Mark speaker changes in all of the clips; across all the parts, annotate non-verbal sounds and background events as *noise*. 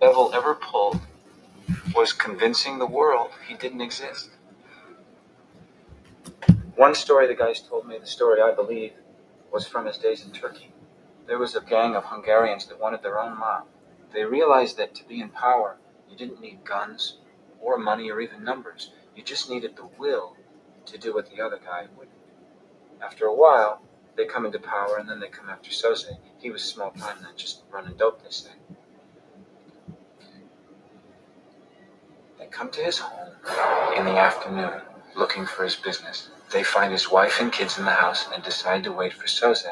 Speaker 1: Bevel ever pulled was convincing the world he didn't exist. One story the guys told me, the story I believe, was from his days in Turkey. There was a gang of Hungarians that wanted their own mob. They realized that to be in power, you didn't need guns or money or even numbers. You just needed the will to do what the other guy would. After a while, they come into power and then they come after Soze. He was small time then, just running dope, they say. They come to his home in the afternoon looking for his business. They find his wife and kids in the house and decide to wait for Soze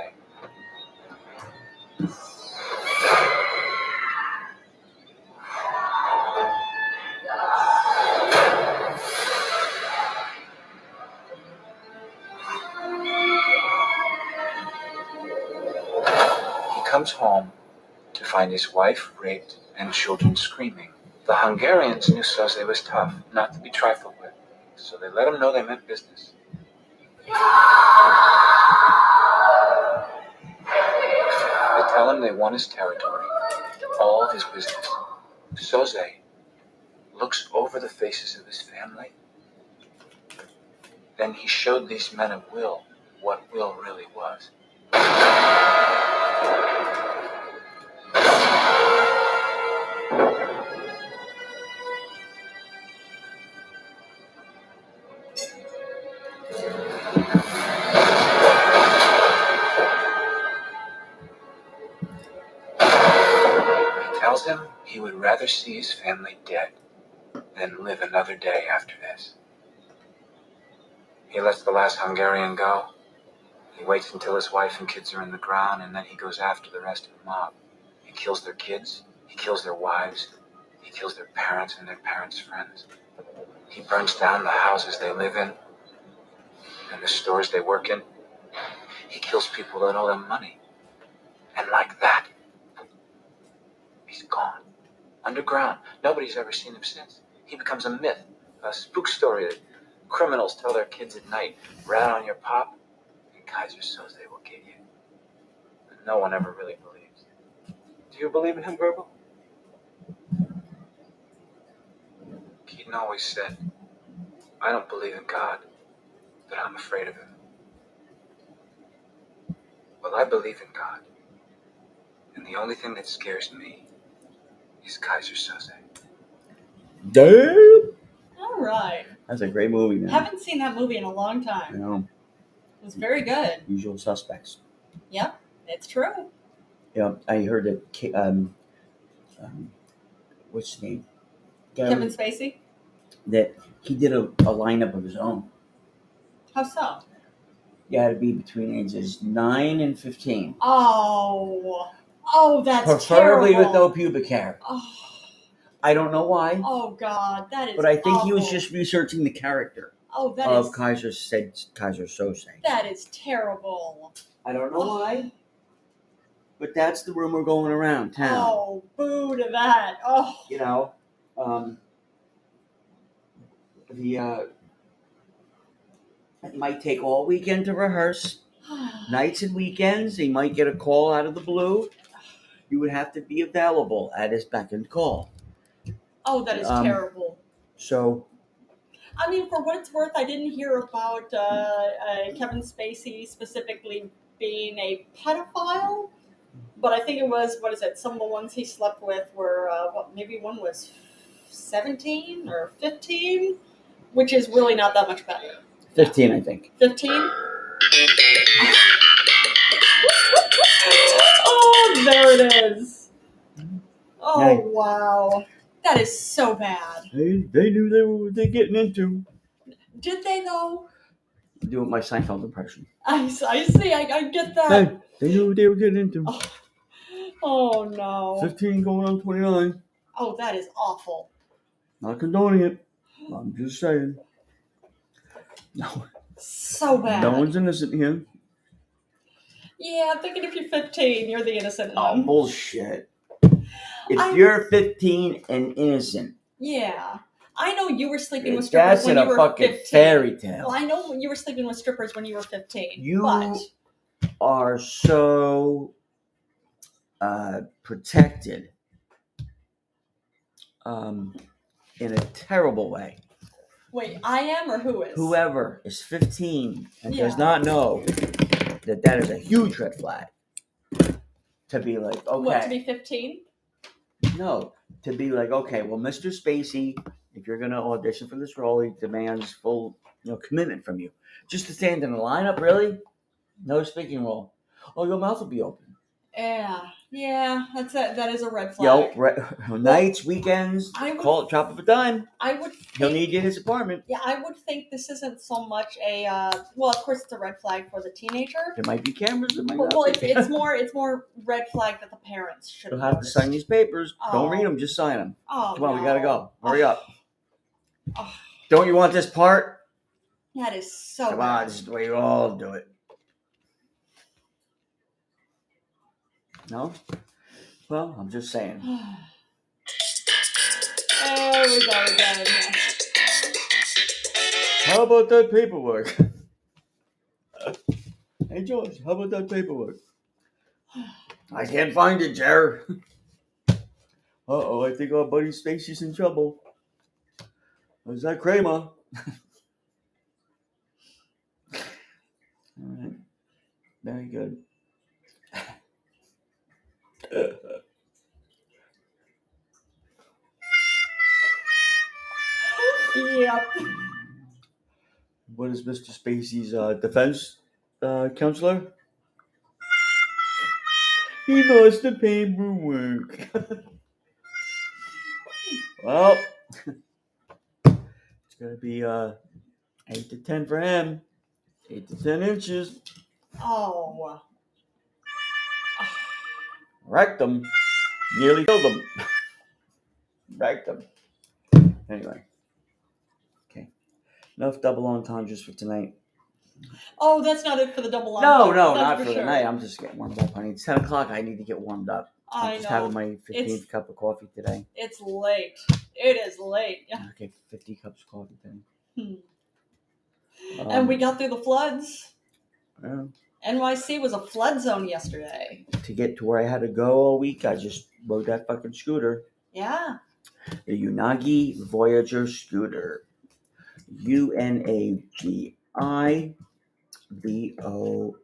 Speaker 1: He comes home to find his wife raped and children screaming. The Hungarians knew Soze was tough, not to be trifled with, so they let him know they meant business. They tell him they want his territory, all his business. Soze looks over the faces of his family, then he showed these men of will what will really was. He tells him he would rather see his family dead than live another day after this. He lets the last Hungarian go He waits until his wife and kids are in the ground, and then he goes after the rest of the mob. He kills their kids, he kills their wives, he kills their parents and their parents' friends. He burns down the houses they live in and the stores they work in. He kills people that owe them money. And like that, he's gone. Underground. Nobody's ever seen him since. He becomes a myth, a spook story that criminals tell their kids at night. Rat on your pop, and Kaiser Soze will get you. But no one ever really believes. Do you believe in him, Verbal? Keaton always said, I don't believe in God, but I'm afraid of him. Well, I believe in God, and the only thing that scares me is Kaiser Soze. Damn!
Speaker 2: All right.
Speaker 1: That's a great movie, man.
Speaker 2: Haven't seen that movie in a long time.
Speaker 1: No,
Speaker 2: It was very good.
Speaker 1: usual suspects.
Speaker 2: Yep, it's true.
Speaker 1: You know, I heard that, Ki- um, um, what's his name? Guy-
Speaker 2: Kevin Spacey?
Speaker 1: That he did a, a lineup of his own.
Speaker 2: How so?
Speaker 1: You had to be between ages 9 and 15.
Speaker 2: Oh, oh, that's
Speaker 1: preferably
Speaker 2: terrible.
Speaker 1: with no pubic hair.
Speaker 2: Oh,
Speaker 1: I don't know why,
Speaker 2: oh God, that is.
Speaker 1: but I think he was
Speaker 2: awful.
Speaker 1: just researching the character
Speaker 2: Oh, that
Speaker 1: of
Speaker 2: is
Speaker 1: Kaiser said Kaiser Soze.
Speaker 2: that is terrible.
Speaker 1: I don't know
Speaker 2: Oh,
Speaker 1: why, but that's the rumor going around town.
Speaker 2: Oh, boo to that. Oh, *sighs*
Speaker 1: You know, um, the uh, it might take all weekend to rehearse, nights and weekends. He might get a call out of the blue. You would have to be available at his beck and call.
Speaker 2: oh, that is
Speaker 1: Um,
Speaker 2: terrible.
Speaker 1: So
Speaker 2: I mean, for what it's worth, I didn't hear about uh, uh, Kevin Spacey specifically being a pedophile, but I think it was what is it? Some of the ones he slept with were uh, what, maybe one was seventeen or fifteen, which is really not that much better.
Speaker 1: fifteen, I think.
Speaker 2: Fifteen. oh, there it is. Oh
Speaker 1: Hey.
Speaker 2: wow, that is so bad.
Speaker 1: They, they knew they were what they're getting into.
Speaker 2: Did they though?
Speaker 1: Doing my Seinfeld impression.
Speaker 2: I, I see. I, I get that.
Speaker 1: Hey, they knew what they were getting into.
Speaker 2: Oh no.
Speaker 1: Fifteen going on twenty nine.
Speaker 2: Oh, that is awful.
Speaker 1: Not condoning it. I'm just saying. No,
Speaker 2: So bad.
Speaker 1: no one's innocent here.
Speaker 2: Yeah, I'm thinking if you're 15, you're the innocent
Speaker 1: Oh,
Speaker 2: one.
Speaker 1: bullshit. If
Speaker 2: I-
Speaker 1: you're 15 and innocent,
Speaker 2: Yeah. I know you were sleeping with strippers
Speaker 1: that's
Speaker 2: when
Speaker 1: in a
Speaker 2: you were
Speaker 1: fucking
Speaker 2: 15.
Speaker 1: fairy
Speaker 2: Well,
Speaker 1: tale.
Speaker 2: I know you were sleeping with strippers when you were 15.
Speaker 1: You-
Speaker 2: But
Speaker 1: Are so uh, protected
Speaker 3: um, in a terrible way.
Speaker 2: Wait, I am or who is?
Speaker 1: e-
Speaker 3: Whoever is 15 and does
Speaker 2: Yeah.
Speaker 3: not know that that is a huge red flag to be like, okay,
Speaker 2: What to be fifteen?
Speaker 3: no, to be like, okay, well, Mr. Spacey, if you're going to audition for this role, he demands full you know, commitment from you. Just to stand in the lineup, really? No speaking role. Oh, your mouth will be open.
Speaker 2: Yeah, yeah, that's a, that is a red
Speaker 3: Yo,
Speaker 2: flag.
Speaker 3: re- *laughs* nights, weekends,
Speaker 2: I would-
Speaker 3: call it drop of a dime.
Speaker 2: I would
Speaker 3: He'll
Speaker 2: think-
Speaker 3: need you in his apartment.
Speaker 2: Yeah, I would think this isn't so much a uh, well. Of course, it's a red flag for the teenager,
Speaker 3: There might be cameras. There might
Speaker 2: but
Speaker 3: not
Speaker 2: well,
Speaker 3: be.
Speaker 2: it's, it's more it's more red flag that the parents
Speaker 3: *laughs*
Speaker 2: should.
Speaker 3: You'll have to sign these papers. Don't read
Speaker 2: Oh.
Speaker 3: them. Just sign them.
Speaker 2: Oh,
Speaker 3: Come on, we
Speaker 2: no.
Speaker 3: gotta go. Hurry up.
Speaker 2: Oh.
Speaker 3: Don't you want this part?
Speaker 2: That is so.
Speaker 3: Come on,
Speaker 2: bad.
Speaker 3: this is the way you all do it. No? Well, I'm just saying.
Speaker 2: *sighs* there we go again.
Speaker 3: How about that paperwork? *laughs* hey, George, how about that paperwork? I can't find it, Jer. *laughs* Uh oh, I think our buddy Stacy's in trouble. Is that Kramer? *laughs* All right. Very good.
Speaker 2: Yep.
Speaker 3: What is Mr. Spacey's uh, defense uh, counselor? He lost the paperwork. *laughs* well, *laughs* it's gonna be uh, eight to ten for him. Eight to ten inches.
Speaker 2: Oh.
Speaker 3: Wrecked him. Nearly killed him. *laughs* Wrecked him. Anyway. Okay. Enough double entendres for tonight.
Speaker 2: Oh, that's not it for the double.
Speaker 3: No,
Speaker 2: entendre,
Speaker 3: no,
Speaker 2: that's
Speaker 3: not for the
Speaker 2: sure.
Speaker 3: night. I'm just getting warmed up, honey. It's 10 o'clock. I need to get warmed up. I'm
Speaker 2: I
Speaker 3: just having
Speaker 2: know.
Speaker 3: my 15th
Speaker 2: It's-
Speaker 3: cup of coffee today.
Speaker 2: It's late. It is late. Yeah.
Speaker 3: Okay, 50 cups of coffee Um, today.
Speaker 2: Hmm. and we got through the floods.
Speaker 3: Um,
Speaker 2: NYC was a flood zone yesterday.
Speaker 3: yeah, to get to where I had to go all week, I just rode that fucking scooter.
Speaker 2: Yeah.
Speaker 3: The Unagi Voyager scooter. U N A G I V O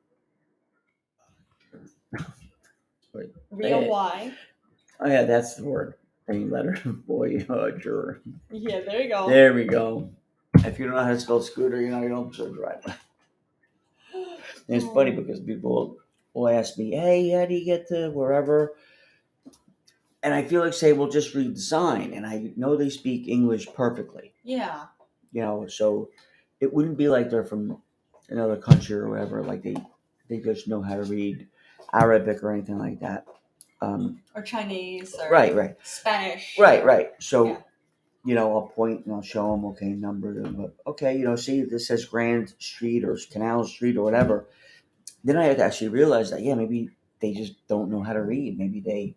Speaker 2: Real
Speaker 3: Yeah.
Speaker 2: why?
Speaker 3: Oh, yeah, that's the word. Any letter. *laughs* Voyager.
Speaker 2: Yeah, there you go.
Speaker 3: There we go. If you don't know how to spell scooter, you know you don't deserve to ride one. And it's funny because people will ask me, "Hey, how do you get to wherever?" And I feel like say, "Well, just read the sign," and I know they speak English perfectly,
Speaker 2: *gasps* Yeah.
Speaker 3: you know. So it wouldn't be like they're from another country or whatever. Like they they just know how to read Arabic or anything like that. Um,
Speaker 2: Or Chinese or
Speaker 3: right, right.
Speaker 2: Spanish.
Speaker 3: Right, right. So,
Speaker 2: Yeah.
Speaker 3: you know, I'll point and I'll show them, okay, number, but okay, you know, see, this says Grand Street or Canal Street or whatever. Then I had to actually realize that, yeah, maybe they just don't know how to read. Maybe they,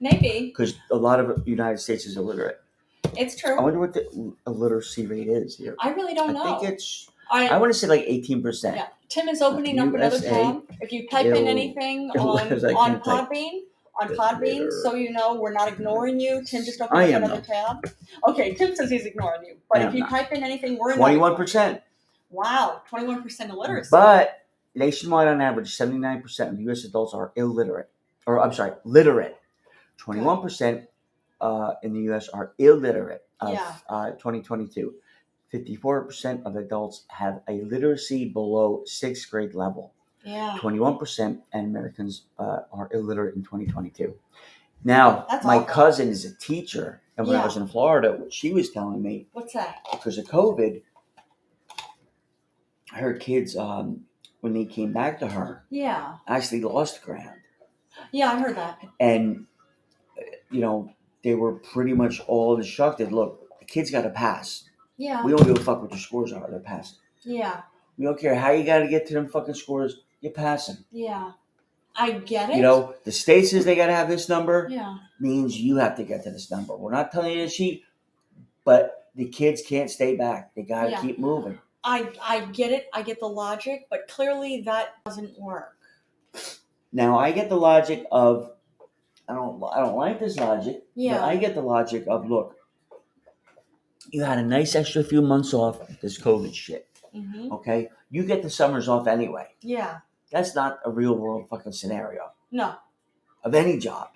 Speaker 2: Maybe.
Speaker 3: because a lot of the United States is illiterate.
Speaker 2: It's
Speaker 3: I
Speaker 2: true.
Speaker 3: wonder what the illiteracy rate is here.
Speaker 2: I really don't know.
Speaker 3: Oh, think it's,
Speaker 2: All right.
Speaker 3: I want to say like 18%.
Speaker 2: yeah. Tim is opening up another
Speaker 3: USA.
Speaker 2: tab. If you type
Speaker 3: Ill-
Speaker 2: in anything
Speaker 3: *laughs*
Speaker 2: on,
Speaker 3: As I
Speaker 2: on
Speaker 3: can type.
Speaker 2: Podbean, on
Speaker 3: Just
Speaker 2: Podbean,
Speaker 3: later.
Speaker 2: so you know we're not ignoring you. Tim just
Speaker 3: I
Speaker 2: opened up
Speaker 3: am
Speaker 2: another tab. Okay, Tim says he's ignoring you.
Speaker 3: I
Speaker 2: But if
Speaker 3: am
Speaker 2: you
Speaker 3: not.
Speaker 2: type in anything, we're not. ignoring
Speaker 3: 21%.
Speaker 2: you. Wow, 21% illiteracy.
Speaker 3: But nationwide, on average, 79% of U.S. adults are illiterate, or I'm sorry, literate. 21% uh, in the U.S. are illiterate of
Speaker 2: Yeah.
Speaker 3: uh, 2022. 54% of adults have a literacy below sixth grade level.
Speaker 2: yeah.
Speaker 3: 21% and Americans uh, are illiterate in 2022. Now,
Speaker 2: That's
Speaker 3: my
Speaker 2: awful.
Speaker 3: cousin is a teacher, and when I
Speaker 2: Yeah.
Speaker 3: was in Florida, what she was telling me
Speaker 2: What's that?
Speaker 3: because of COVID, her kids, um, when they came back to her,
Speaker 2: Yeah.
Speaker 3: actually lost ground.
Speaker 2: Yeah, I heard that.
Speaker 3: And, uh, you know, they were pretty much all instructed look, the kids got to pass.
Speaker 2: Yeah.
Speaker 3: We don't give a fuck what your scores are, they're passing.
Speaker 2: Yeah.
Speaker 3: We don't care how you got to get to them fucking scores, you're passing.
Speaker 2: Yeah. I get it.
Speaker 3: You know, the state says they got to have this number,
Speaker 2: Yeah.
Speaker 3: means you have to get to this number. We're not telling you to cheat, but the kids can't stay back. They got to
Speaker 2: Yeah.
Speaker 3: keep moving.
Speaker 2: I I get it. I get the logic, but clearly that doesn't work.
Speaker 3: Now I get the logic of I don't I don't like this logic. But
Speaker 4: Yeah.
Speaker 3: I get the logic of look, you had a nice extra few months off this COVID shit.
Speaker 2: Mm-hmm.
Speaker 4: hmm
Speaker 3: Okay? You get the summers off anyway.
Speaker 4: Yeah.
Speaker 3: That's not a real world fucking scenario
Speaker 2: No.
Speaker 3: of any job.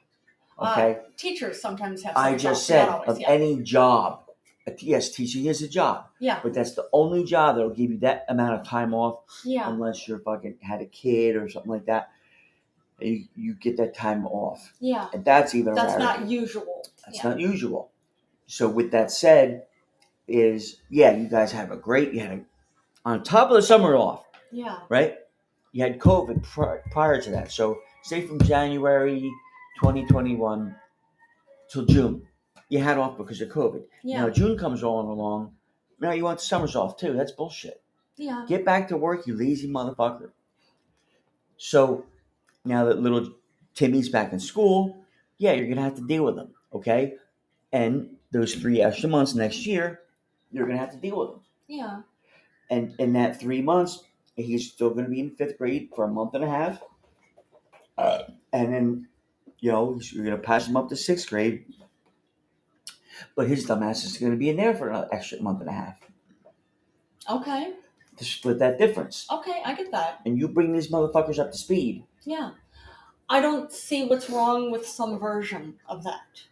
Speaker 4: Uh,
Speaker 3: Okay?
Speaker 4: Teachers sometimes have.
Speaker 3: I
Speaker 4: some
Speaker 3: just
Speaker 4: jobs, not
Speaker 3: said
Speaker 4: always,
Speaker 3: of
Speaker 4: yeah.
Speaker 3: any job. Uh, Yes, teaching is a job,
Speaker 4: Yeah.
Speaker 3: but that's the only job that'll give you that amount of time off
Speaker 4: Yeah.
Speaker 3: unless you're fucking had a kid or something like that. You, you get that time off.
Speaker 4: Yeah.
Speaker 3: And that's even a
Speaker 2: That's
Speaker 3: rarity.
Speaker 2: not usual.
Speaker 3: That's
Speaker 4: Yeah.
Speaker 3: not usual. So with that said, is yeah, you guys have a great you had a, on top of the summer off,
Speaker 4: Yeah.
Speaker 3: right? You had COVID prior, prior to that. So say from January 2021 till June, you had off because of COVID.
Speaker 4: Yeah.
Speaker 3: Now June comes rolling along. Now you want summers off too. That's bullshit.
Speaker 4: Yeah.
Speaker 3: Get back to work, you lazy motherfucker. So now that little Timmy's back in school, yeah, you're gonna have to deal with him, okay? And those three extra months next year, you're gonna have to deal with him.
Speaker 4: Yeah.
Speaker 3: And in that three months, he's still gonna be in fifth grade for a month and a half. Uh, and then, you know, you're gonna pass him up to sixth grade. But his dumbass is gonna be in there for an extra month and a half
Speaker 4: Okay.
Speaker 3: to split that difference.
Speaker 4: Okay. I get that.
Speaker 3: And you bring these motherfuckers up to speed.
Speaker 4: Yeah.
Speaker 2: I don't see what's wrong with some version of that.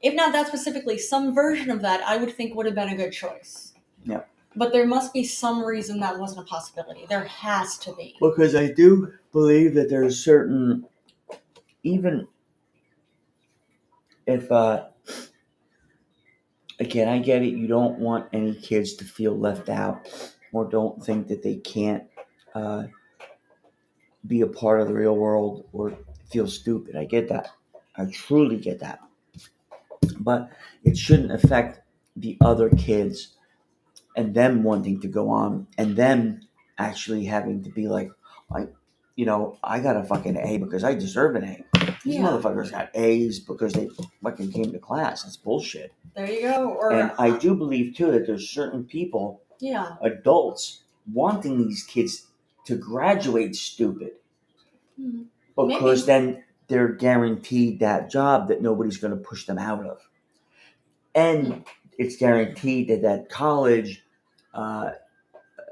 Speaker 2: If not that specifically, some version of that I would think would have been a good choice.
Speaker 3: Yeah.
Speaker 2: But there must be some reason that wasn't a possibility. There has to be.
Speaker 3: because I do believe that there's certain, even if, uh, again, I get it, you don't want any kids to feel left out or don't think that they can't uh, be a part of the real world or feel stupid. I get that. I truly get that. But it shouldn't affect the other kids and them wanting to go on and them actually having to be like, I, you know, I got a fucking A because I deserve an A. These
Speaker 4: Yeah.
Speaker 3: motherfuckers got A's because they fucking came to class. That's bullshit.
Speaker 2: There you go. Or
Speaker 3: And I do believe too that there's certain people,
Speaker 4: Yeah.
Speaker 3: adults, wanting these kids to graduate stupid
Speaker 2: Hmm.
Speaker 4: Mhm.
Speaker 3: because then they're guaranteed that job that nobody's going to push them out of, and it's guaranteed that that college uh,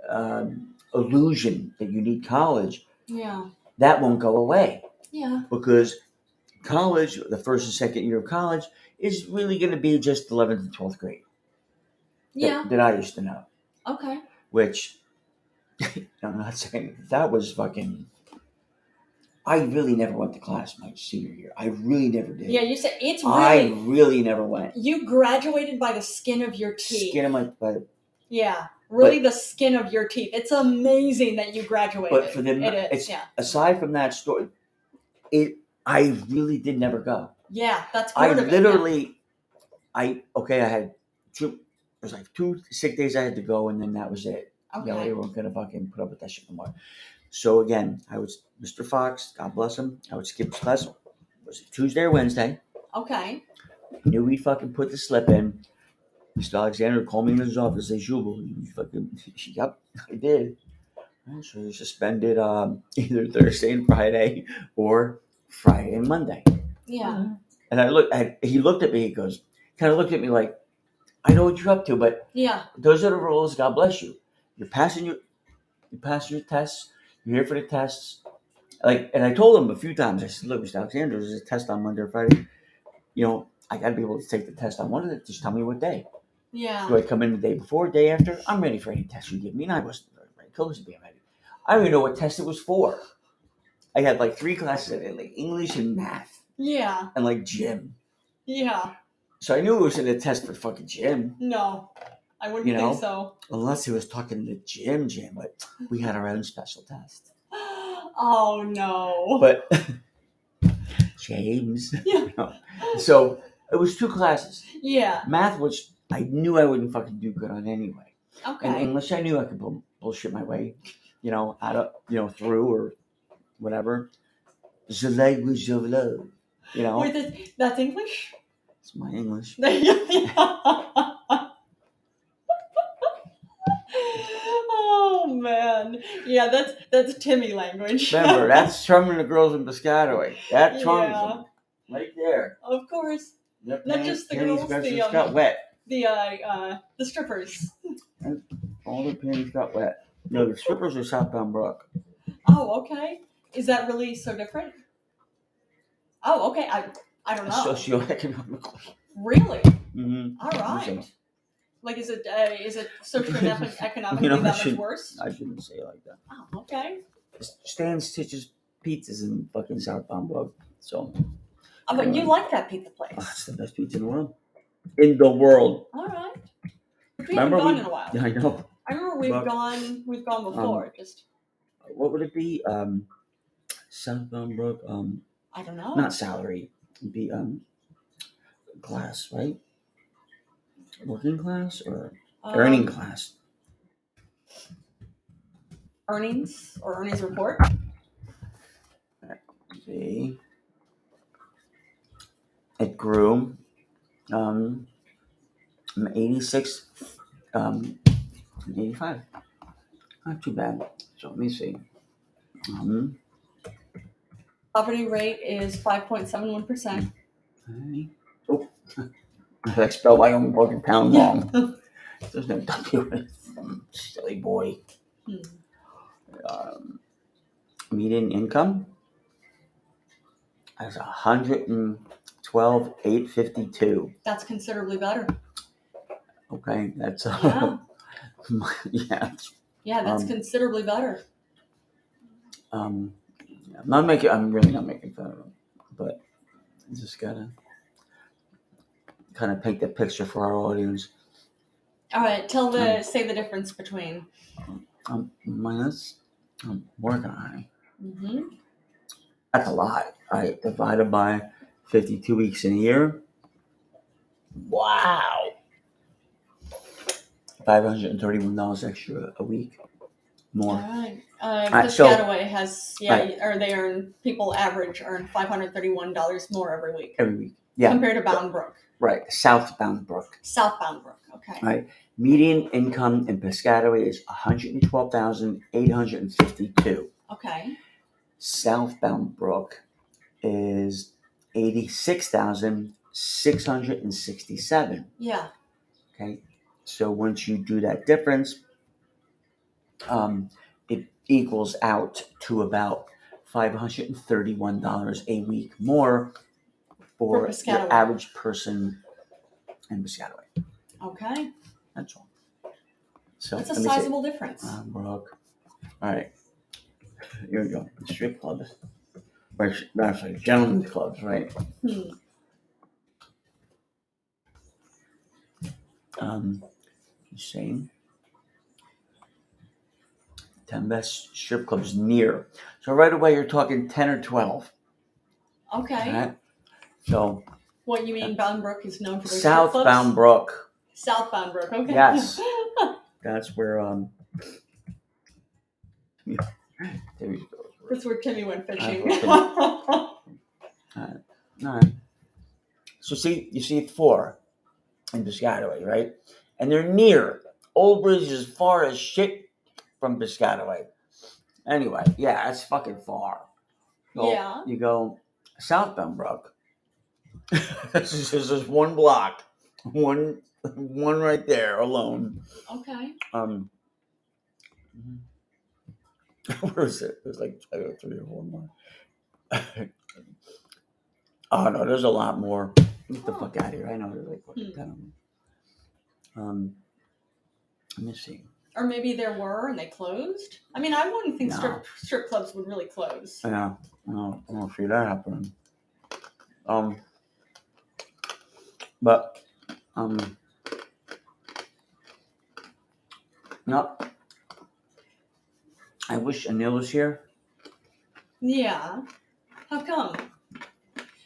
Speaker 3: um, illusion that you need college
Speaker 4: Yeah.
Speaker 3: that won't go away
Speaker 4: Yeah.
Speaker 3: because college, the first and second year of college, is really going to be just eleventh and twelfth grade. that-
Speaker 4: Yeah.
Speaker 3: that, I used to know,
Speaker 4: Okay.
Speaker 3: which *laughs* I'm not saying that was fucking. I really never went to class my senior year. I really never did.
Speaker 2: yeah, you said it's
Speaker 3: I
Speaker 2: really
Speaker 3: really never went.
Speaker 2: you graduated by the skin of your teeth.
Speaker 3: Skin of my butt.
Speaker 2: Yeah. Really the skin of your teeth. It's amazing that you graduated.
Speaker 3: But for them,
Speaker 2: it is,
Speaker 3: it's-
Speaker 2: yeah.
Speaker 3: Aside from that story, it I really did never go.
Speaker 2: Yeah, that's
Speaker 3: I
Speaker 2: part of it, yeah.
Speaker 3: literally, I okay. I had two. It was like two sick days I had to go, and then that was it.
Speaker 2: Okay.
Speaker 3: You know, they weren't gonna fucking put up with that shit no more. So again, I was Mr. Fox. God bless him. I would skip his class. Was it Tuesday or Wednesday?
Speaker 2: Okay.
Speaker 3: Knew we fucking put the slip in. Mr. Alexander would call me in his office. Say, Jubal, you fucking *laughs* yep, I did. And so they suspended um, *laughs* either Thursday and Friday or Friday and Monday.
Speaker 4: Yeah.
Speaker 3: And I look, I, he looked at me. He goes, kind of looked at me like, I know what you're up to, but
Speaker 4: Yeah.
Speaker 3: those are the rules. God bless you. You're passing your you pass your tests. You're here for the tests. Like, and I told him a few times. I said, "Look, Mr. Alexander, there's a test on Monday or Friday. You know, I got to be able to take the test on one of it. Just tell me what day.
Speaker 4: Yeah.
Speaker 3: Do I come in the day before, day after? I'm ready for any test you give me." And I wasn't very ready. Close to being ready. I don't even know what test it was for. I had like three classes in it, like English and math
Speaker 2: Yeah.
Speaker 3: and like gym.
Speaker 2: Yeah.
Speaker 3: So I knew it was in a test for fucking gym.
Speaker 2: No. I wouldn't
Speaker 3: You know?
Speaker 2: think so. *gasps*
Speaker 3: Unless he was talking to Jim Jim, but we had our own special test.
Speaker 2: Oh no.
Speaker 3: But James.
Speaker 2: Yeah.
Speaker 3: No. *laughs* So it was two classes.
Speaker 2: Yeah.
Speaker 3: Math, which I knew I wouldn't fucking do good on anyway. And
Speaker 2: Okay.
Speaker 3: English, I knew I could bull- bullshit my way, you know, out of, you know, through or whatever. The language of love, you know,
Speaker 2: Wait, that- that's English? *laughs*
Speaker 3: it's my English.
Speaker 2: oh Oh, man. Yeah, that's that's Timmy language.
Speaker 3: Remember, that's from the girls in Piscataway. That comes
Speaker 2: Yeah.
Speaker 3: from right there.
Speaker 2: Of course,
Speaker 3: The
Speaker 2: Not
Speaker 3: pants,
Speaker 2: just the
Speaker 3: panties,
Speaker 2: girls,
Speaker 3: dresses
Speaker 2: the, um,
Speaker 3: got wet.
Speaker 2: the uh, uh, the strippers.
Speaker 3: All the panties got wet. No, the strippers are Southbound Brook.
Speaker 2: Oh, okay. Is that really so different? Oh, okay. I I don't know.
Speaker 3: Socioeconomically.
Speaker 2: Really?
Speaker 3: hmm
Speaker 2: All right. Like, is it uh, is it
Speaker 3: *laughs*
Speaker 2: social and epi- economically
Speaker 3: You know, I
Speaker 2: that much
Speaker 3: should-
Speaker 2: worse?
Speaker 3: I shouldn't say it like that.
Speaker 2: Oh, okay.
Speaker 3: Stan Stitch's pizza's in fucking Southbound Brook. So
Speaker 2: Oh, but you like that pizza
Speaker 3: oh,
Speaker 2: place?
Speaker 3: it's the best pizza in the world. In the world.
Speaker 2: All right. We
Speaker 3: Remember
Speaker 2: haven't gone
Speaker 3: we-
Speaker 2: in a while.
Speaker 3: I know.
Speaker 2: I remember we've
Speaker 3: Well, um,
Speaker 2: gone we've gone before. just
Speaker 3: What would it be? Um Southbound Brook, um
Speaker 2: I don't know.
Speaker 3: not salary. It'd be um class, right? Working class or
Speaker 2: Um,
Speaker 3: earning class.
Speaker 2: earnings or earnings report.
Speaker 3: See. It grew um from 86 um to 85. Not too bad. So let me see. Um,
Speaker 2: Poverty rate is five point seven one percent.
Speaker 3: I, *laughs* oh, I spelled my own fucking town wrong. There's no W in it. Silly boy.
Speaker 2: Hmm,
Speaker 3: um, median income as a hundred and twelve eight fifty two.
Speaker 2: That's considerably
Speaker 3: *laughs*
Speaker 2: better.
Speaker 3: Okay, that's
Speaker 2: Yeah,
Speaker 3: uh, *laughs* yeah.
Speaker 2: yeah, that's
Speaker 3: Um,
Speaker 2: considerably better.
Speaker 3: Um, I'm not making. I'm really not making fun of them, but I just gotta kind of paint the picture for our audience.
Speaker 2: All right, tell the say the difference between.
Speaker 3: Um, minus um, work I.
Speaker 2: hmm
Speaker 3: That's a lot. I divided by fifty two weeks in a year. Wow. Five hundred and thirty one dollars extra a week.
Speaker 2: All
Speaker 3: More.
Speaker 2: right. Uh,
Speaker 3: right,
Speaker 2: Chris
Speaker 3: so-
Speaker 2: Gadaway has yeah,
Speaker 3: Right.
Speaker 2: or they earn people average earn five hundred thirty one dollars more every week
Speaker 3: every week. Yeah,
Speaker 2: compared to Bound Brook,
Speaker 3: right. Southbound Brook.
Speaker 2: Southbound Brook. Okay.
Speaker 3: Right. Median income in Piscataway is one hundred and twelve thousand eight hundred and fifty two.
Speaker 2: Okay.
Speaker 3: Southbound Brook is eighty six thousand six hundred and sixty seven.
Speaker 2: Yeah.
Speaker 3: Okay. So once you do that difference, um, it equals out to about five hundred and thirty-one dollars a week more
Speaker 2: For
Speaker 3: for
Speaker 2: Piscataway.
Speaker 3: the average person in Piscataway.
Speaker 2: Okay.
Speaker 3: That's all. So
Speaker 2: That's a
Speaker 3: let me see.
Speaker 2: sizable difference.
Speaker 3: Um, Brook. All right. Here we go. Strip clubs. Or, no, it's like gentlemen's clubs, right?
Speaker 2: Hmm.
Speaker 3: Um, same. Ten best strip clubs near. So right away you're talking ten or twelve.
Speaker 2: Okay.
Speaker 3: Right? So
Speaker 2: What you mean, Bound Brook is known for their strip clubs?
Speaker 3: Southbound Brook.
Speaker 2: Southbound Brook. Okay.
Speaker 3: Yes. That's where um. *laughs* Yeah. There we go.
Speaker 2: *laughs* That's where Timmy went fishing. *laughs*
Speaker 3: All right. So see, you see four in Piscataway, right? And they're near. Old Bridge is far as shit from Piscataway. Anyway, yeah, that's fucking far. So
Speaker 2: Yeah.
Speaker 3: You go southbound Brook. *laughs* this is just this one block, one one right there alone.
Speaker 2: okay.
Speaker 3: Um, *laughs* where is it? There's like I got three or four more. *laughs* oh no, there's a lot more. Get the fuck out of here! I know there's like what,
Speaker 2: Hmm.
Speaker 3: ten of them. Um, let me see.
Speaker 2: Or maybe there were and they closed. I mean, I wouldn't think strip strip clubs would really close.
Speaker 3: Yeah, I don't, I don't see that happening. Um, but um, no. I wish Anil was here.
Speaker 2: Yeah. How come?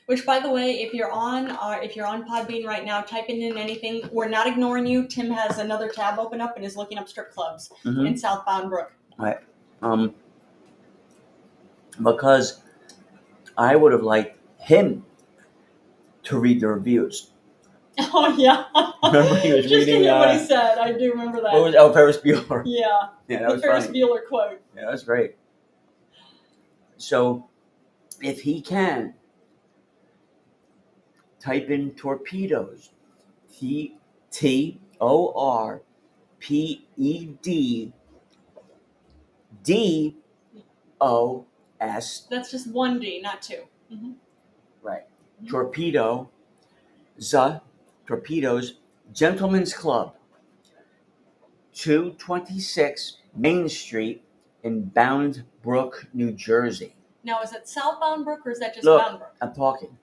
Speaker 2: Which, by the way, if you're on uh, if you're on Podbean right now, typing in anything. We're not ignoring you. Tim has another tab open up and is looking up strip clubs
Speaker 3: Mhm.
Speaker 2: in Southbound Brook. *laughs*
Speaker 3: Um, because I would have liked him to read the reviews. *laughs*
Speaker 2: Oh yeah.
Speaker 3: Remember he was
Speaker 2: Just to
Speaker 3: reading,
Speaker 2: hear what he
Speaker 3: uh,
Speaker 2: said. I do remember that.
Speaker 3: What was oh Ferris Bueller? *laughs*
Speaker 2: yeah.
Speaker 3: Yeah, that
Speaker 2: The
Speaker 3: was
Speaker 2: Ferris
Speaker 3: funny.
Speaker 2: Bueller quote.
Speaker 3: Yeah, that's great. So, if he can, type in torpedoes. T T O R P E D D O S
Speaker 2: That's just one D, not two.
Speaker 3: torpedo the torpedoes gentlemen's club 226 main street in bound brook new jersey
Speaker 2: Now, is it southbound Brook or is that just
Speaker 3: Look.
Speaker 2: bound Brook?
Speaker 3: i'm talking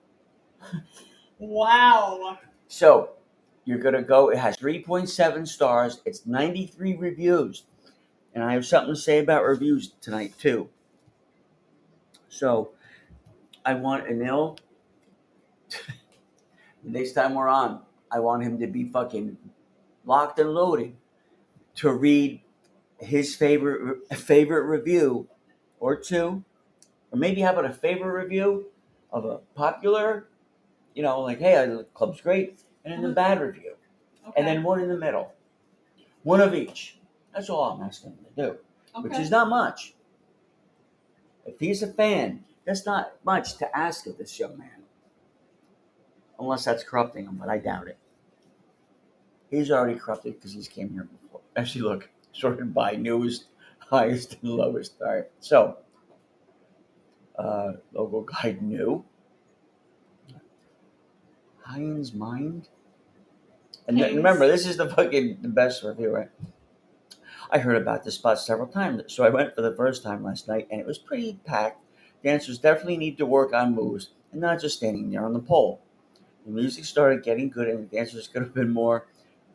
Speaker 2: Wow.
Speaker 3: so you're gonna go it has 3.7 stars it's 93 reviews and i have something to say about reviews tonight too so i want anil *laughs* next time we're on i want him to be fucking locked and loaded to read his favorite favorite review or two or maybe how about a favorite review of a popular you know like hey I- the club's great and then the bad review
Speaker 2: Mm-hmm. Okay.
Speaker 3: and then one in the middle one of each that's all i'm asking him to do
Speaker 2: okay.
Speaker 3: which is not much if he's a fan that's not much to ask of this young man unless that's corrupting him but i doubt it he's already corrupted because he's came here before actually look sorted by newest *laughs* highest and lowest all right so uh local guide new Heinz Mind. And th-
Speaker 2: Haynes.
Speaker 3: remember, this is the fucking the best review, right? I heard about this spot several times, so I went for the first time last night, and it was pretty packed. Dancers definitely need to work on moves and not just standing there on the pole. The music started getting good, and the dancers could have been more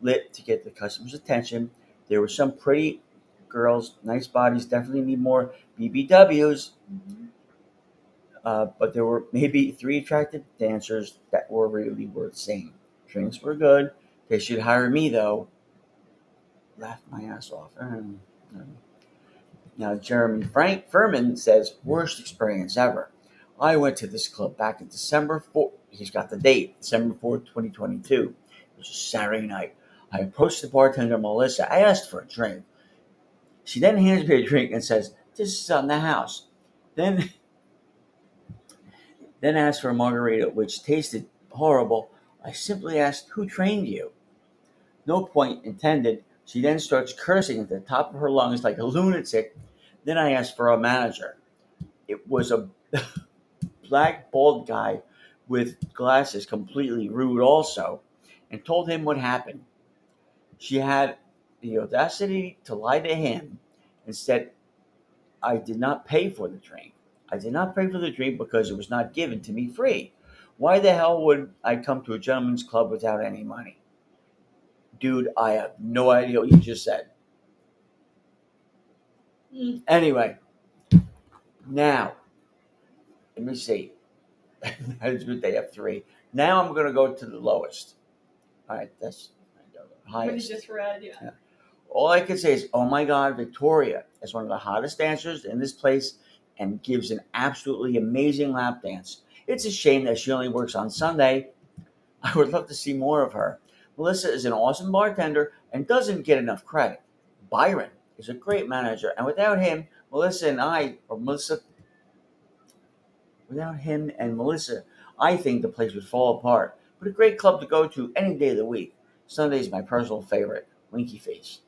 Speaker 3: lit to get the customers' attention. There were some pretty girls, nice bodies, definitely need more BBWs
Speaker 2: Mhm.
Speaker 3: uh, but there were maybe three attractive dancers that were really worth seeing. Drinks were good. They should hire me though. Laughed my ass off. Um, um. Now Jeremy Frank Furman says worst experience ever. I went to this club back in December 4. He's got the date, December 4th, 2022. It was a Saturday night. I approached the bartender Melissa. I asked for a drink. She then hands me a drink and says, "This is on the house." Then then asked for a margarita, which tasted horrible. I simply asked, Who trained you? No point intended. She then starts cursing at the top of her lungs like a lunatic. Then I asked for a manager. It was a *laughs* black, bald guy with glasses, completely rude also, and told him what happened. She had the audacity to lie to him and said, I did not pay for the drink. I did not pay for the drink because it was not given to me free. Why the hell would I come to a gentleman's club without any money? Dude, I have no idea what you just said.
Speaker 2: Mm.
Speaker 3: Anyway, now, let me see. *laughs* That's what they have three. Now I'm going to go to the lowest. All right, that's
Speaker 2: What
Speaker 3: highest.
Speaker 2: you just read, yeah.
Speaker 3: All I can say is, oh my God, Victoria is one of the hottest dancers in this place and gives an absolutely amazing lap dance. It's a shame that she only works on Sunday. *laughs* I would love to see more of her. Melissa is an awesome bartender and doesn't get enough credit. Byron is a great manager, and without him, Melissa and I, or Melissa, without him and Melissa, I think the place would fall apart. But a great club to go to any day of the week. Sunday is my personal favorite. Winky face.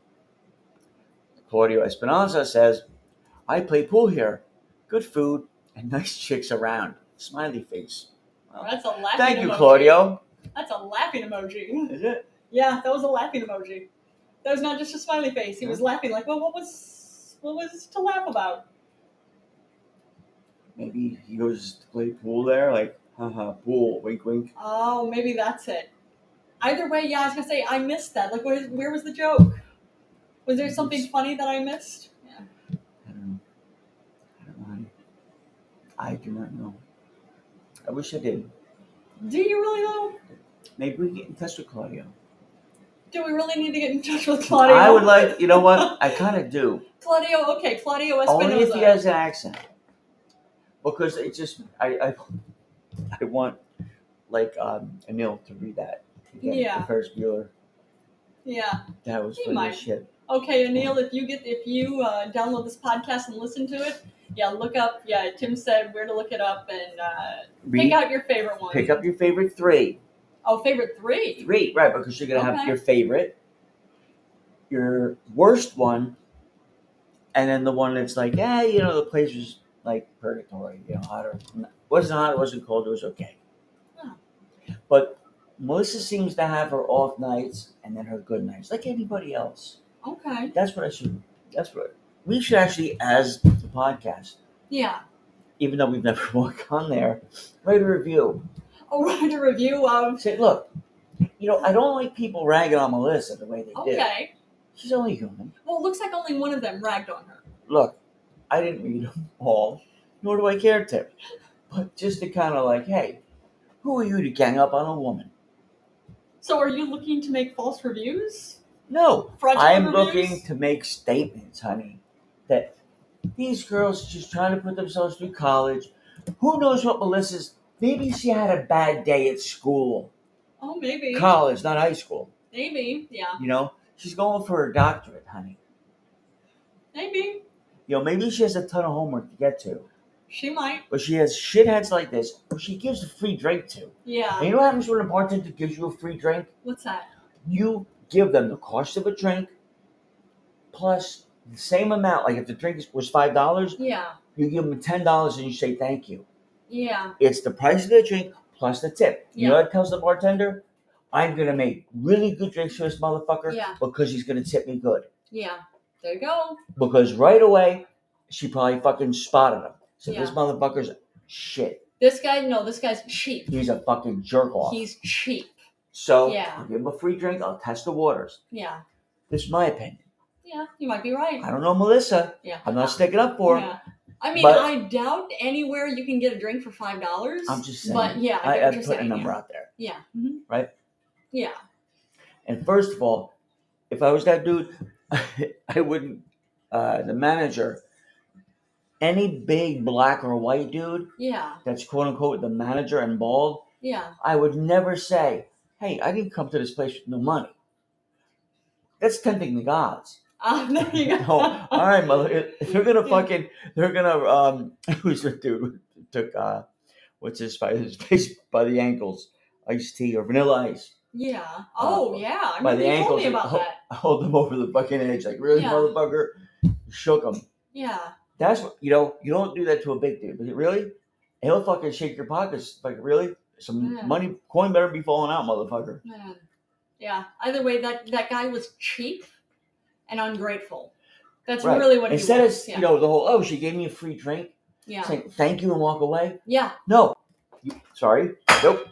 Speaker 3: Claudio Espinosa says, I play pool here. Good food and nice chicks around. Smiley face.
Speaker 2: Oh, that's a laughing
Speaker 3: Thank you,
Speaker 2: emoji.
Speaker 3: Claudio.
Speaker 2: That's a laughing emoji. *laughs*
Speaker 3: Is it?
Speaker 2: Yeah, that was a laughing emoji. That was not just a smiley face. He was laughing like, well, what was what was to laugh about?
Speaker 3: Maybe he goes to play pool there, like, haha, pool, wink, wink.
Speaker 2: Oh, maybe that's it. Either way, yeah, I was gonna say I missed that. Like, where, where was the joke? Was there something funny that I missed? Yeah.
Speaker 3: I don't know. I don't know. I do not know. I wish I did.
Speaker 2: Do you really know?
Speaker 3: Maybe we can get in touch with Claudio.
Speaker 2: Do we really need to get in touch with Claudio?
Speaker 3: I would like, you know what? I kind of do.
Speaker 2: Claudio. Okay, Claudio Espinosa.
Speaker 3: Only if he has an accent. Because it just, I, I, I want, like, um, Anil to read that. again,
Speaker 2: Yeah.
Speaker 3: The first viewer.
Speaker 2: Yeah.
Speaker 3: That was
Speaker 2: He
Speaker 3: funny
Speaker 2: might.
Speaker 3: as shit.
Speaker 2: Okay, Anil, if you get if you uh, download this podcast and listen to it, yeah, look up. Yeah, Tim said where to look it up and uh, pick
Speaker 3: Read,
Speaker 2: out your favorite one.
Speaker 3: pick up your favorite three.
Speaker 2: Oh, favorite three.
Speaker 3: Three, right? Because you're gonna have
Speaker 2: Okay.
Speaker 3: your favorite, your worst one, and then the one that's like, yeah, you know, the place was like purgatory. You know, hot or wasn't hot, it wasn't cold, it was okay.
Speaker 2: Oh.
Speaker 3: But Melissa seems to have her off nights and then her good nights, like anybody else.
Speaker 2: Okay.
Speaker 3: That's what I should. That's what we should actually, as the podcast,
Speaker 4: Yeah.
Speaker 3: even though we've never *laughs* walked on there, write a review.
Speaker 2: *laughs* I'll write a review of.
Speaker 3: Say, look, you know, I don't like people ragging on Melissa the way they
Speaker 2: Oh,
Speaker 3: did.
Speaker 2: Okay.
Speaker 3: She's only human.
Speaker 2: Well, it looks like only one of them ragged on her.
Speaker 3: Look, I didn't read them *laughs* all, nor do I care to. But just to kind of like, hey, who are you to gang up on a woman?
Speaker 2: So, are you looking to make false reviews?
Speaker 3: No,
Speaker 2: Fraudulent
Speaker 3: I'm
Speaker 2: reviews?
Speaker 3: looking to make statements, honey, that these girls just trying to put themselves through college. Who knows what Melissa's? Maybe she had a bad day at school,
Speaker 2: Oh, maybe.
Speaker 3: college, not high school.
Speaker 2: Maybe. Yeah.
Speaker 3: You know, she's going for her doctorate, honey.
Speaker 2: Maybe.
Speaker 3: You know, maybe she has a ton of homework to get to,
Speaker 2: She might.
Speaker 3: but she has shitheads like this who she gives a free drink to. And
Speaker 2: Yeah.
Speaker 3: you know what happens when a bartender gives you a free drink?
Speaker 2: What's that?
Speaker 3: You give them the cost of a drink plus the same amount. Like if the drink was five dollars,
Speaker 2: Yeah.
Speaker 3: you give them ten dollars and you say thank you.
Speaker 2: Yeah.
Speaker 3: It's the price of the drink plus the tip. You know
Speaker 2: Yeah.
Speaker 3: what tells the bartender? I'm gonna make really good drinks for this motherfucker
Speaker 2: Yeah.
Speaker 3: because he's gonna tip me good.
Speaker 2: Yeah. There you go.
Speaker 3: Because right away, she probably fucking spotted him. So this
Speaker 2: Yeah.
Speaker 3: motherfucker's shit.
Speaker 2: This guy, no, this guy's cheap.
Speaker 3: He's a fucking jerk off.
Speaker 2: He's cheap.
Speaker 3: so
Speaker 2: yeah.
Speaker 3: I'll give him a free drink. I'll test the waters.
Speaker 2: Yeah.
Speaker 3: This is my opinion.
Speaker 2: Yeah. You might be right.
Speaker 3: I don't know Melissa.
Speaker 2: Yeah. Uh,
Speaker 3: I'm not sticking up for her.
Speaker 2: Yeah. I mean,
Speaker 3: But-
Speaker 2: I doubt anywhere you can get a drink for five dollars.
Speaker 3: I'm just saying.
Speaker 2: But yeah, I,
Speaker 3: I,
Speaker 2: get
Speaker 3: I
Speaker 2: what you're
Speaker 3: put a
Speaker 2: saying,
Speaker 3: number
Speaker 2: yeah.
Speaker 3: out there.
Speaker 2: Yeah. mhm.
Speaker 3: Right?
Speaker 2: Yeah.
Speaker 3: And first of all, if I was that dude, *laughs* I wouldn't. Uh, the manager, any big black or white dude
Speaker 2: Yeah.
Speaker 3: that's quote unquote the manager and bald,
Speaker 2: Yeah. *laughs*
Speaker 3: I would never say, "Hey, I didn't come to this place with no money." That's tempting the gods.
Speaker 2: Ah, there you go.
Speaker 3: *laughs* No, all right, mother. They're gonna fucking. They're gonna. Um, *laughs* who's the dude who took uh, what's his by his face by the ankles, iced tea or vanilla ice, *laughs*
Speaker 2: Yeah. Oh,
Speaker 3: Uh,
Speaker 2: yeah. I
Speaker 3: by
Speaker 2: mean,
Speaker 3: the
Speaker 2: you
Speaker 3: ankles.
Speaker 2: told me about
Speaker 3: oh.
Speaker 2: that.
Speaker 3: hold them over the fucking edge, like really,
Speaker 2: Yeah.
Speaker 3: motherfucker, shook him.
Speaker 2: Yeah.
Speaker 3: That's what you know. You don't do that to a big dude, but really, he'll fucking shake your pockets. Like really, some
Speaker 2: Yeah.
Speaker 3: money coin better be falling out, motherfucker.
Speaker 2: Man. Yeah. Either way, that that guy was cheap and ungrateful. That's
Speaker 3: Right.
Speaker 2: really what
Speaker 3: Instead
Speaker 2: he
Speaker 3: of
Speaker 2: was. yeah.
Speaker 3: you know the whole oh she gave me a free drink,
Speaker 2: yeah.
Speaker 3: saying thank you and walk away.
Speaker 2: yeah.
Speaker 3: No. You, sorry. Nope.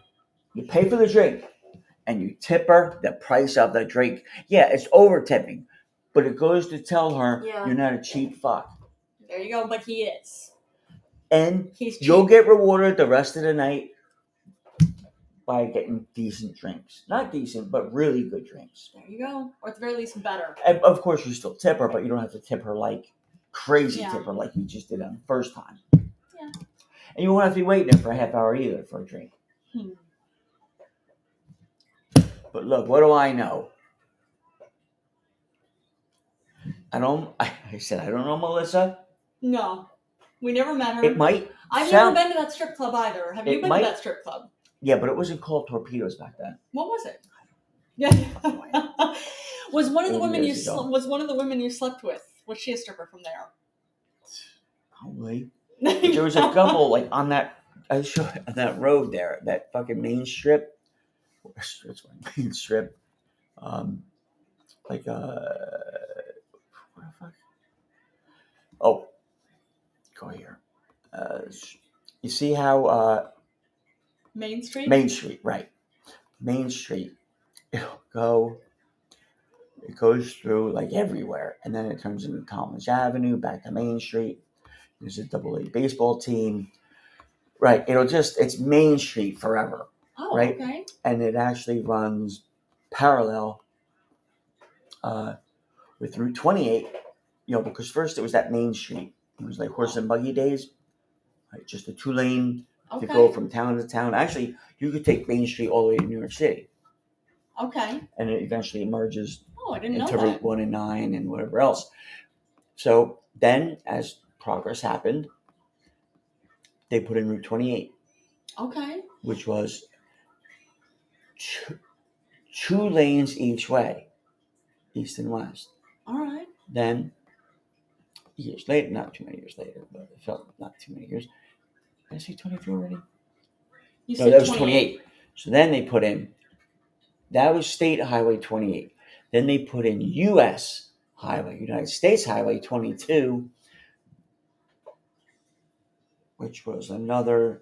Speaker 3: You pay for the drink and you tip her the price of the drink. Yeah, it's over tipping, but it goes to tell her
Speaker 2: Yeah.
Speaker 3: you're not a cheap fuck.
Speaker 2: There you go. But he is.
Speaker 3: And
Speaker 2: He's cheap.
Speaker 3: you'll get rewarded the rest of the night by getting decent drinks. Not decent, but really good drinks.
Speaker 2: there you go. Or at the very least, better.
Speaker 3: And of course, you still tip her, but you don't have to tip her like crazy
Speaker 2: Yeah.
Speaker 3: tip her like you just did on the first time.
Speaker 2: Yeah.
Speaker 3: And you won't have to be waiting there for a half hour either for a drink.
Speaker 2: Hmm.
Speaker 3: But look, what do I know? I don't. *laughs* I, I said I don't know Melissa.
Speaker 2: No. We never met her.
Speaker 3: It might.
Speaker 2: I've
Speaker 3: sound-
Speaker 2: never been to that strip club either. Have
Speaker 3: It
Speaker 2: you been
Speaker 3: might-
Speaker 2: to that strip club?
Speaker 3: Yeah, but it wasn't called torpedoes back then.
Speaker 2: What was it? Yeah. *laughs* was one of
Speaker 3: Forty
Speaker 2: the women you
Speaker 3: years ago.
Speaker 2: sl- was one of the women you slept with? Was she a stripper from there?
Speaker 3: Probably. But there was
Speaker 2: *laughs*
Speaker 3: a couple like on that. I show on that road there, that fucking main strip. That's my *laughs* main strip. Um, like uh, where the fuck? Oh, go here. Uh, you see how uh,
Speaker 2: Main Street.
Speaker 3: Main Street, right. Main Street. It'll go, it goes through like everywhere. And then it turns into Collins Avenue, back to Main Street. There's a double A baseball team. Right. It'll just, it's Main Street forever.
Speaker 2: oh,
Speaker 3: right.
Speaker 2: okay.
Speaker 3: And it actually runs parallel uh, with Route 28, you know, because first it was that Main Street. It was like horse and buggy days, right? Just a two lane
Speaker 2: Okay.
Speaker 3: to go from town to town. Actually, you could take Main Street all the way to New York City,
Speaker 2: okay.
Speaker 3: and it eventually merges
Speaker 2: Oh, I didn't know
Speaker 3: into
Speaker 2: that.
Speaker 3: Route One and Nine and whatever else. So then, as progress happened, they put in Route Twenty Eight,
Speaker 2: Okay.
Speaker 3: which was two, two lanes each way, east and west.
Speaker 2: All right.
Speaker 3: Then, years later, not too many years later, but it felt not too many years. Did I say 22 already?
Speaker 2: You
Speaker 3: No, that was 28. So then they put in, that was State Highway 28. Then they put in U.S. Highway, United States Highway 22, which was another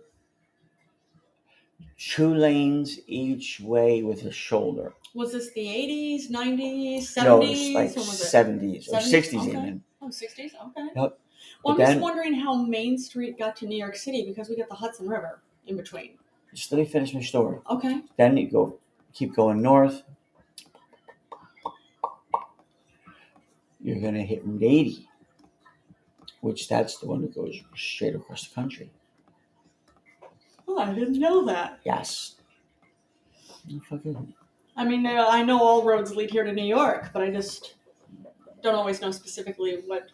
Speaker 3: two lanes each way with a shoulder.
Speaker 2: Was this the 80s, 90s, 70s?
Speaker 3: no, it was like
Speaker 2: When was it?
Speaker 3: 70s or
Speaker 2: 70s?
Speaker 3: 60s
Speaker 2: Okay.
Speaker 3: even.
Speaker 2: Oh, 60s? Okay.
Speaker 3: Yep.
Speaker 2: Well,
Speaker 3: But
Speaker 2: I'm just
Speaker 3: then-
Speaker 2: wondering how Main Street got to New York City because we got the Hudson River in between.
Speaker 3: Just let me finish my story.
Speaker 2: Okay.
Speaker 3: Then you go, keep going north. You're gonna hit Route 80, which that's the one that goes straight across the country.
Speaker 2: Oh, I didn't know that.
Speaker 3: Yes. You fucking-
Speaker 2: I mean, uh, I know all roads lead here to New York, but I just don't always know specifically what.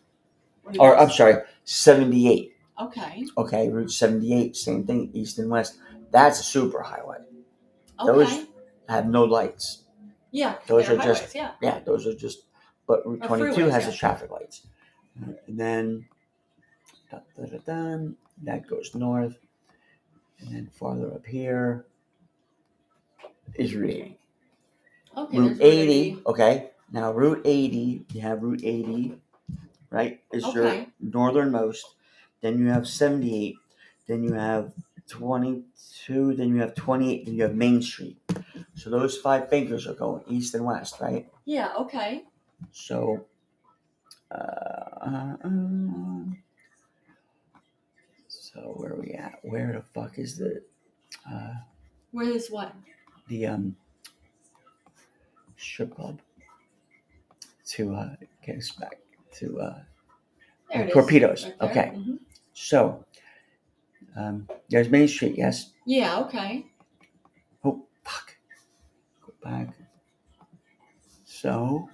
Speaker 2: what it
Speaker 3: Or I'm
Speaker 2: is.
Speaker 3: sorry, 78.
Speaker 2: Okay.
Speaker 3: Okay, Route 78, same thing, east and west. That's a superhighway. Those
Speaker 2: Okay.
Speaker 3: have no lights.
Speaker 2: Yeah.
Speaker 3: those
Speaker 2: they're
Speaker 3: are just-
Speaker 2: highways, yeah.
Speaker 3: Yeah, those are just. But Route
Speaker 2: Or
Speaker 3: 22 has
Speaker 2: Oh, freeways,
Speaker 3: the
Speaker 2: yeah.
Speaker 3: traffic lights. Uh, And then da, da, da, dun, that goes north. And then farther up here is Route 80.
Speaker 2: Okay.
Speaker 3: Route
Speaker 2: there's
Speaker 3: 80, okay. Now, Route 80, you have Route 80, right? Is your
Speaker 2: Okay.
Speaker 3: northernmost. Then you have 78. Then you have 22. Then you have 28. Then you have Main Street. So those five fingers are going east and west, right?
Speaker 2: Yeah. Okay.
Speaker 3: So, uh, um, so where are we at? Where the fuck is the uh,
Speaker 2: Where is what?
Speaker 3: the um strip club to uh, get us back to uh,
Speaker 2: There it is.
Speaker 3: torpedoes?
Speaker 2: Right there.
Speaker 3: okay,
Speaker 2: Mhm.
Speaker 3: so um, there's Main Street. Yes.
Speaker 2: Yeah. Okay.
Speaker 3: Oh fuck. Go back. So,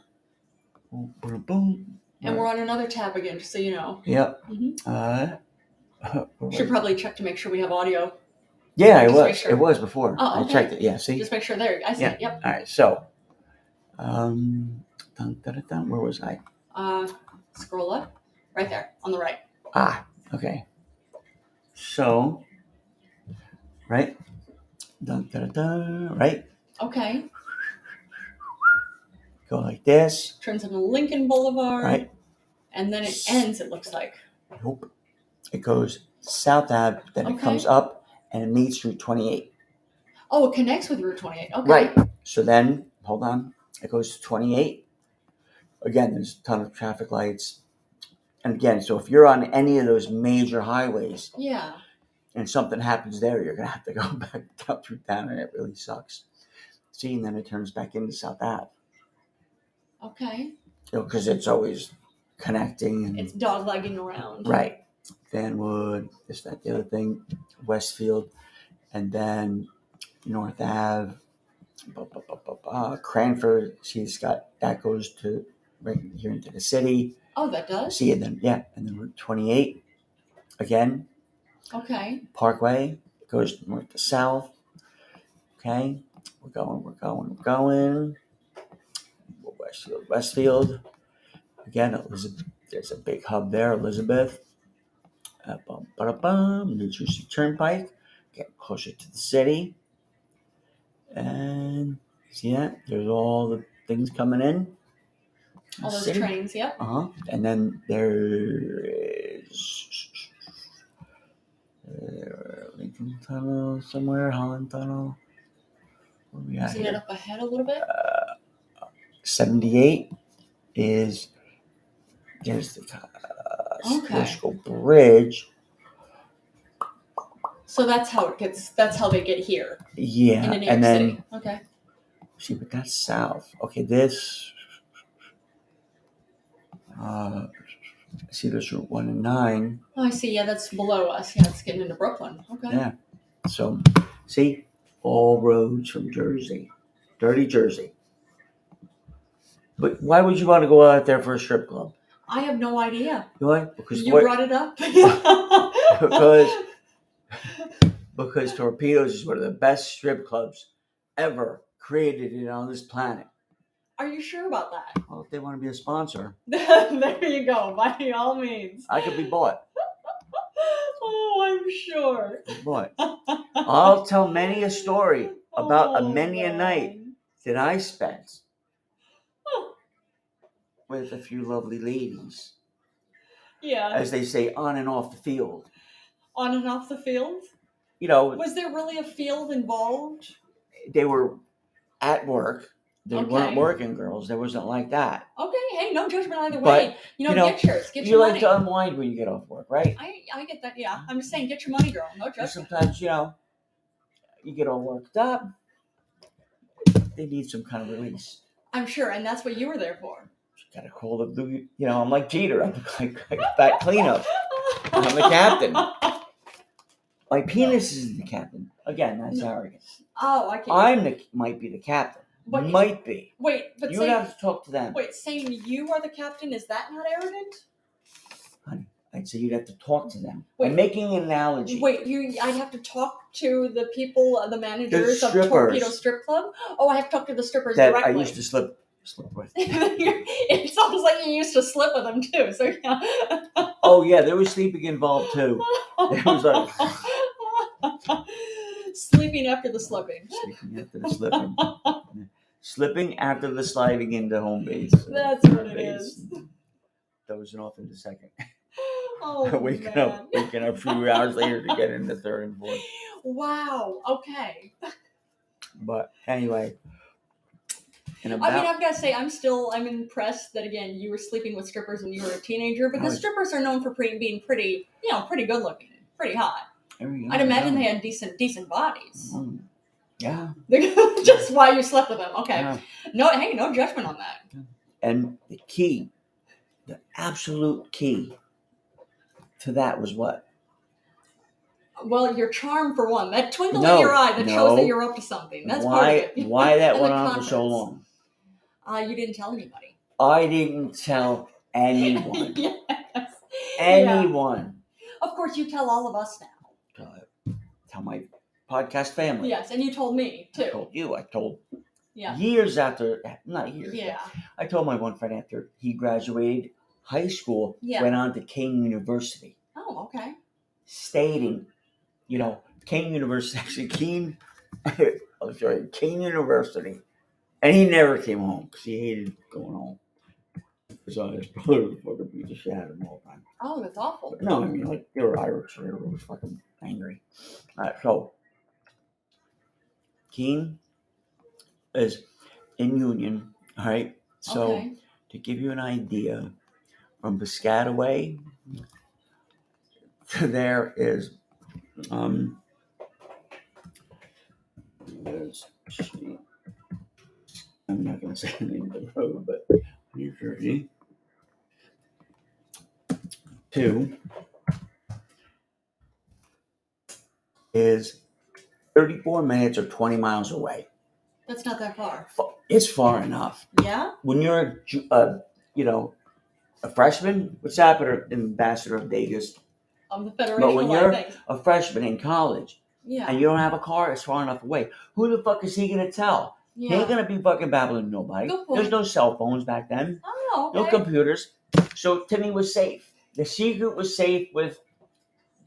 Speaker 3: boom, boom, boom.
Speaker 2: And we're on another tab again, just so you know.
Speaker 3: Yep.
Speaker 2: Mhm.
Speaker 3: Uh, *laughs* where
Speaker 2: Should probably check to make sure we have audio.
Speaker 3: Yeah, it
Speaker 2: Just make
Speaker 3: was.
Speaker 2: sure.
Speaker 3: It was before.
Speaker 2: Oh,
Speaker 3: I
Speaker 2: okay.
Speaker 3: checked it. Yeah, see?
Speaker 2: Just make sure there. I see. it. Yep.
Speaker 3: All right, so um dun, dun, dun, dun, where was I?
Speaker 2: Uh, scroll up. Right there on the right.
Speaker 3: Ah, okay. So right? Dun, dun, dun, dun, right?
Speaker 2: Okay.
Speaker 3: Go like this.
Speaker 2: Turns into Lincoln Boulevard.
Speaker 3: Right.
Speaker 2: And then it ends. It looks like.
Speaker 3: Nope. It goes south Ave, then it
Speaker 2: Okay.
Speaker 3: comes up and it meets Route 28.
Speaker 2: Oh, it connects with Route 28. Okay.
Speaker 3: So then hold on. It goes to 28. Again, there's a ton of traffic lights. And again, so if you're on any of those major highways,
Speaker 2: Yeah.
Speaker 3: and something happens there, you're gonna have to go *laughs* back down through town, and it really sucks. See, and then it turns back into South Ave,
Speaker 2: Okay.
Speaker 3: you know, because it's always connecting and
Speaker 2: It's dog legging around.
Speaker 3: Mm. right. Vanwood, this, that, the other thing, Westfield, and then North Ave, blah, blah, blah, blah, blah. Cranford. She's got that goes to right here into the city.
Speaker 2: Oh, that does.
Speaker 3: See, and then yeah, and then Route 28 again.
Speaker 2: Okay.
Speaker 3: Parkway goes north to south. Okay, we're going, we're going, we're going. Westfield, Westfield. Again, Elizabeth. There's a big hub there, Elizabeth. Uh, bum, ba bum, New Jersey Turnpike. Get closer to the city. And see that? There's all the things coming in.
Speaker 2: All those
Speaker 3: City.
Speaker 2: trains. Yep.
Speaker 3: Uh huh. And then there is uh, Lincoln Tunnel somewhere, Holland Tunnel. What we got
Speaker 2: Isn't it
Speaker 3: here?
Speaker 2: up ahead a little bit?
Speaker 3: Seventy-eight is there's the uh,
Speaker 2: Okay.
Speaker 3: Fishkill Bridge.
Speaker 2: So that's how it gets. That's how they get here
Speaker 3: Yeah,
Speaker 2: into New York
Speaker 3: and then
Speaker 2: City. Okay.
Speaker 3: see, but that's south. Okay, this. Uh, see, there's Route One and Nine.
Speaker 2: Oh, I see. Yeah, that's below us. Yeah, it's getting into Brooklyn. Okay.
Speaker 3: Yeah. So, see, all roads from Jersey, dirty Jersey. But why would you want to go out there for a strip club?
Speaker 2: I have no idea.
Speaker 3: You know why? Because
Speaker 2: You
Speaker 3: what? *laughs*
Speaker 2: brought it up.
Speaker 3: because because torpedoes is one of the best strip clubs ever created it on this planet.
Speaker 2: *laughs* Are you sure about that? *laughs*
Speaker 3: Well, if they want to be a sponsor,
Speaker 2: there you go. By all means.
Speaker 3: I could be bought.
Speaker 2: Oh, I'm sure. *laughs*
Speaker 3: Bought. I'll tell many a story about a
Speaker 2: Oh,
Speaker 3: many a night
Speaker 2: man.
Speaker 3: that I spent
Speaker 2: Oh.
Speaker 3: with a few lovely ladies,
Speaker 2: Yeah.
Speaker 3: as they say, on and off the field.
Speaker 2: On and off the field.
Speaker 3: You know,
Speaker 2: Was there really a field involved?
Speaker 3: they were at work. They weren't
Speaker 2: Okay.
Speaker 3: working girls. There wasn't like that.
Speaker 2: Okay. Hey, no judgment either
Speaker 3: But,
Speaker 2: way. You know,
Speaker 3: you know,
Speaker 2: get yours. Get
Speaker 3: you
Speaker 2: your
Speaker 3: like um,
Speaker 2: money.
Speaker 3: to unwind when you get off work, right?
Speaker 2: I, I get that. Yeah. I'm just saying, get your money, girl. No
Speaker 3: And
Speaker 2: judgment.
Speaker 3: sometimes, you know, you get all worked up. They need some kind of release.
Speaker 2: I'm sure. And that's what you were there for.
Speaker 3: Got to call the blue. You know, I'm like Jeter. I'm *laughs* like, like that cleanup. I'm the captain. My penis is the captain. Again, that's
Speaker 2: No.
Speaker 3: arrogant.
Speaker 2: *laughs* Oh, I can't.
Speaker 3: I'm the might be the captain.
Speaker 2: But-
Speaker 3: might be.
Speaker 2: wait, but
Speaker 3: you would
Speaker 2: saying,
Speaker 3: have to talk to them.
Speaker 2: wait, saying you are the captain, is that not arrogant?
Speaker 3: I'd say you'd have to talk to them.
Speaker 2: Wait.
Speaker 3: I'm making an analogy.
Speaker 2: Wait, you? I'd have to talk to the people, uh, the managers of
Speaker 3: strippers.
Speaker 2: Torpedo Strip Club. Oh, I have to talk to the strippers
Speaker 3: that
Speaker 2: directly.
Speaker 3: I used to slip slip with.
Speaker 2: *laughs* it sounds like you used to slip with them too. So yeah.
Speaker 3: Oh yeah, there was sleeping involved too. It was like
Speaker 2: *laughs* sleeping after the slipping.
Speaker 3: Slipping after the
Speaker 2: *laughs*
Speaker 3: slipping. slipping after the sliding into home base.
Speaker 2: That's what it is.
Speaker 3: Dozing off in the second. *laughs*
Speaker 2: Oh,
Speaker 3: waking
Speaker 2: man.
Speaker 3: up, waking up a few hours later to get in the third and fourth.
Speaker 2: Wow. Okay.
Speaker 3: But anyway, and
Speaker 2: I
Speaker 3: about
Speaker 2: mean, I've got to say, I'm still I'm impressed that again you were sleeping with strippers when you were a teenager because
Speaker 3: was-
Speaker 2: strippers are known for pretty, being pretty, you know, pretty good looking, pretty hot.
Speaker 3: there we go,
Speaker 2: I'd imagine
Speaker 3: Mm, yeah.
Speaker 2: they had decent decent bodies. *laughs*
Speaker 3: Mm. Yeah,
Speaker 2: Just why you slept with them. Okay.
Speaker 3: yeah.
Speaker 2: No, hey, no judgment on that.
Speaker 3: And the key, the absolute key to that was what?
Speaker 2: Well, your charm for one, that twinkle
Speaker 3: No,
Speaker 2: in your eye that shows
Speaker 3: no.
Speaker 2: that you're up to something. That's part
Speaker 3: why
Speaker 2: of it.
Speaker 3: why that
Speaker 2: *laughs* And the
Speaker 3: went on for so
Speaker 2: confidence.
Speaker 3: long.
Speaker 2: Uh, you didn't tell anybody.
Speaker 3: I didn't tell
Speaker 2: *laughs*
Speaker 3: anyone.
Speaker 2: yes. Yeah.
Speaker 3: anyone.
Speaker 2: Of course, you tell all of us now.
Speaker 3: Tell- Tell my podcast family.
Speaker 2: Yes, and you told me
Speaker 3: I
Speaker 2: too.
Speaker 3: told you. I told
Speaker 2: Yeah.
Speaker 3: years after, not years.
Speaker 2: Yeah.
Speaker 3: I told my one friend after he graduated high school,
Speaker 2: Yeah.
Speaker 3: went on to King University,
Speaker 2: Oh, okay.
Speaker 3: stating, you know, King University, *laughs* actually Keene, I'm sorry, King University. And he never came home because he hated going home. So his brother would fucking beat the shit out of him all the time.
Speaker 2: Oh, that's awful.
Speaker 3: No, I mean like they were Irish, so they were always fucking angry. Alright, so Keene is in Union. All right, so
Speaker 2: okay.
Speaker 3: to give you an idea, from Piscataway to there is um there's shoot. I'm not gonna say the name of the road, but New Jersey two is 34 minutes or 20 miles away.
Speaker 2: That's not that far.
Speaker 3: Fa- It's far enough
Speaker 2: Yeah?
Speaker 3: when you're a, ju- uh, you know a freshman, which happened at ambassador of Vegas,
Speaker 2: Of the Federation
Speaker 3: when
Speaker 2: of Live
Speaker 3: you're-
Speaker 2: Things.
Speaker 3: a freshman in college,
Speaker 2: Yeah.
Speaker 3: and you don't have a car, it's far enough away. Who the fuck is he gonna tell? He
Speaker 2: Yeah.
Speaker 3: ain't gonna be fucking babbling to nobody.
Speaker 2: Good point.
Speaker 3: There's no cell phones back then,
Speaker 2: Oh,
Speaker 3: no
Speaker 2: okay.
Speaker 3: computers, so Timmy was safe. The secret was safe with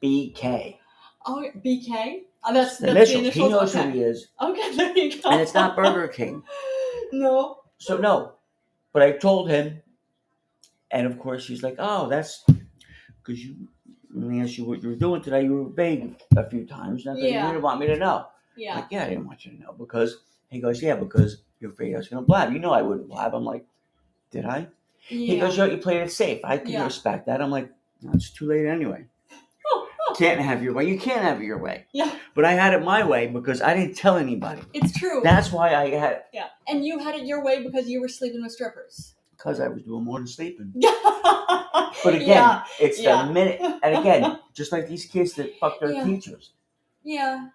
Speaker 3: BK.
Speaker 2: oh, BK? Oh, that's,
Speaker 3: The
Speaker 2: that's the
Speaker 3: initials. He
Speaker 2: initials.
Speaker 3: knows who
Speaker 2: okay.
Speaker 3: he is,
Speaker 2: Okay, *laughs* there you go.
Speaker 3: and it's not Burger King.
Speaker 2: *laughs* no.
Speaker 3: So no, but I told him, and of course he's like, "Oh, that's because you." Let me ask you what you were doing today. You were vague a few times. And I thought
Speaker 2: Yeah.
Speaker 3: you didn't want me to know.
Speaker 2: Yeah.
Speaker 3: Like, yeah, I didn't want you to know because he goes, yeah, because you're afraid I was gonna blab. You know, I wouldn't blab. I'm like, did I?
Speaker 2: yeah.
Speaker 3: He goes, yo, you played it safe. I can
Speaker 2: Yeah.
Speaker 3: respect that. I'm like, no, it's too late
Speaker 2: *laughs*
Speaker 3: anyway. can't have your way. You can't have your way.
Speaker 2: Yeah.
Speaker 3: But I had it my way because I didn't tell anybody.
Speaker 2: It's true.
Speaker 3: That's why I had it
Speaker 2: yeah. And you had it your way because you were sleeping with strippers. *laughs*
Speaker 3: because I was doing more than sleeping. But
Speaker 2: but
Speaker 3: again,
Speaker 2: yeah.
Speaker 3: it's
Speaker 2: yeah.
Speaker 3: the minute, and
Speaker 2: *laughs*
Speaker 3: again, just like these kids that fuck their
Speaker 2: Yeah.
Speaker 3: teachers,
Speaker 2: yeah.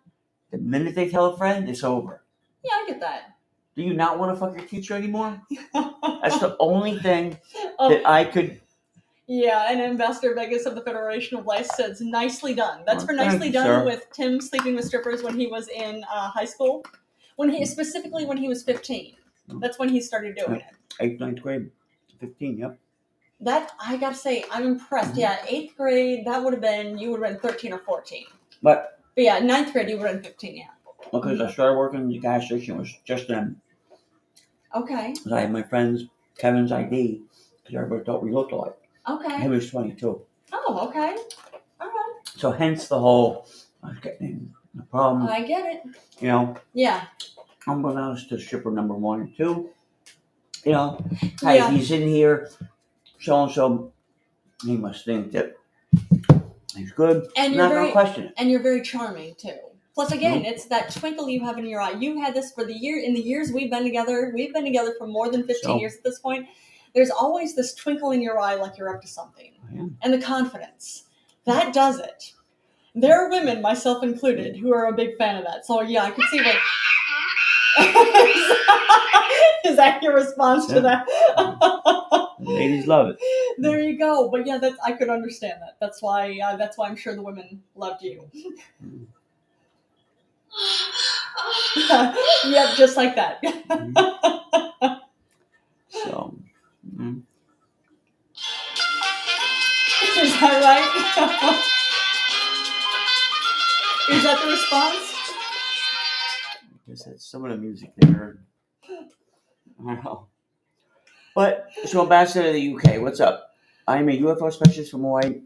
Speaker 3: the minute they tell a friend, it's over.
Speaker 2: Yeah, I get that.
Speaker 3: Do you not want to fuck your teacher anymore? That's the only thing
Speaker 2: *laughs* Oh,
Speaker 3: that I could.
Speaker 2: yeah, and Ambassador Vegas of the Federation of Life says, nicely done. That's
Speaker 3: Oh,
Speaker 2: for
Speaker 3: thank
Speaker 2: nicely
Speaker 3: you,
Speaker 2: done
Speaker 3: sir.
Speaker 2: with Tim sleeping with strippers when he was in uh, high school. when he specifically when he was 15. That's when he started doing it.
Speaker 3: Eighth, ninth grade, fifteen. Yep.
Speaker 2: That I gotta say, I'm impressed. Yeah, eighth grade, that would have been you would have been 13 or 14.
Speaker 3: But
Speaker 2: But yeah, ninth grade, you would have been 15. Yeah.
Speaker 3: because I started working in the gas station, it was just then.
Speaker 2: Okay.
Speaker 3: 'Cause I had my friend's Kevin's ID because everybody thought we looked alike. He
Speaker 2: Okay.
Speaker 3: was twenty-two,
Speaker 2: Oh, okay. All right.
Speaker 3: so hence the whole I was getting in the problem.
Speaker 2: I get it.
Speaker 3: You know,
Speaker 2: Yeah.
Speaker 3: unbeknownst to shipper number one and two. You know, hey,
Speaker 2: Yeah.
Speaker 3: he's in here, so and so. He must think that he's good.
Speaker 2: And you're
Speaker 3: Not
Speaker 2: very
Speaker 3: gonna question it.
Speaker 2: and you're very charming too. Plus, again, it's that twinkle you have in your eye. You had this for the year in the years we've been together. We've been together for more than fifteen
Speaker 3: So-
Speaker 2: years at this point. There's always this twinkle in your eye, like you're up to something,
Speaker 3: Yeah.
Speaker 2: and the confidence that does it. There are women, myself included, who are a big fan of that. So yeah, I could see what. *laughs* Is that your response to
Speaker 3: Yeah. *laughs*
Speaker 2: that?
Speaker 3: Ladies love it.
Speaker 2: *laughs* there you go. But yeah, that's I could understand that. That's why uh, that's why I'm sure the women loved you.
Speaker 3: Mm.
Speaker 2: *laughs* yep, just like that. *laughs*
Speaker 3: So, mm,
Speaker 2: Is that right? *laughs* Is that the response?
Speaker 3: I guess that's some of the music they heard. I don't know. But so, ambassador of the UK, what's up? I'm a UFO specialist from Hawaii,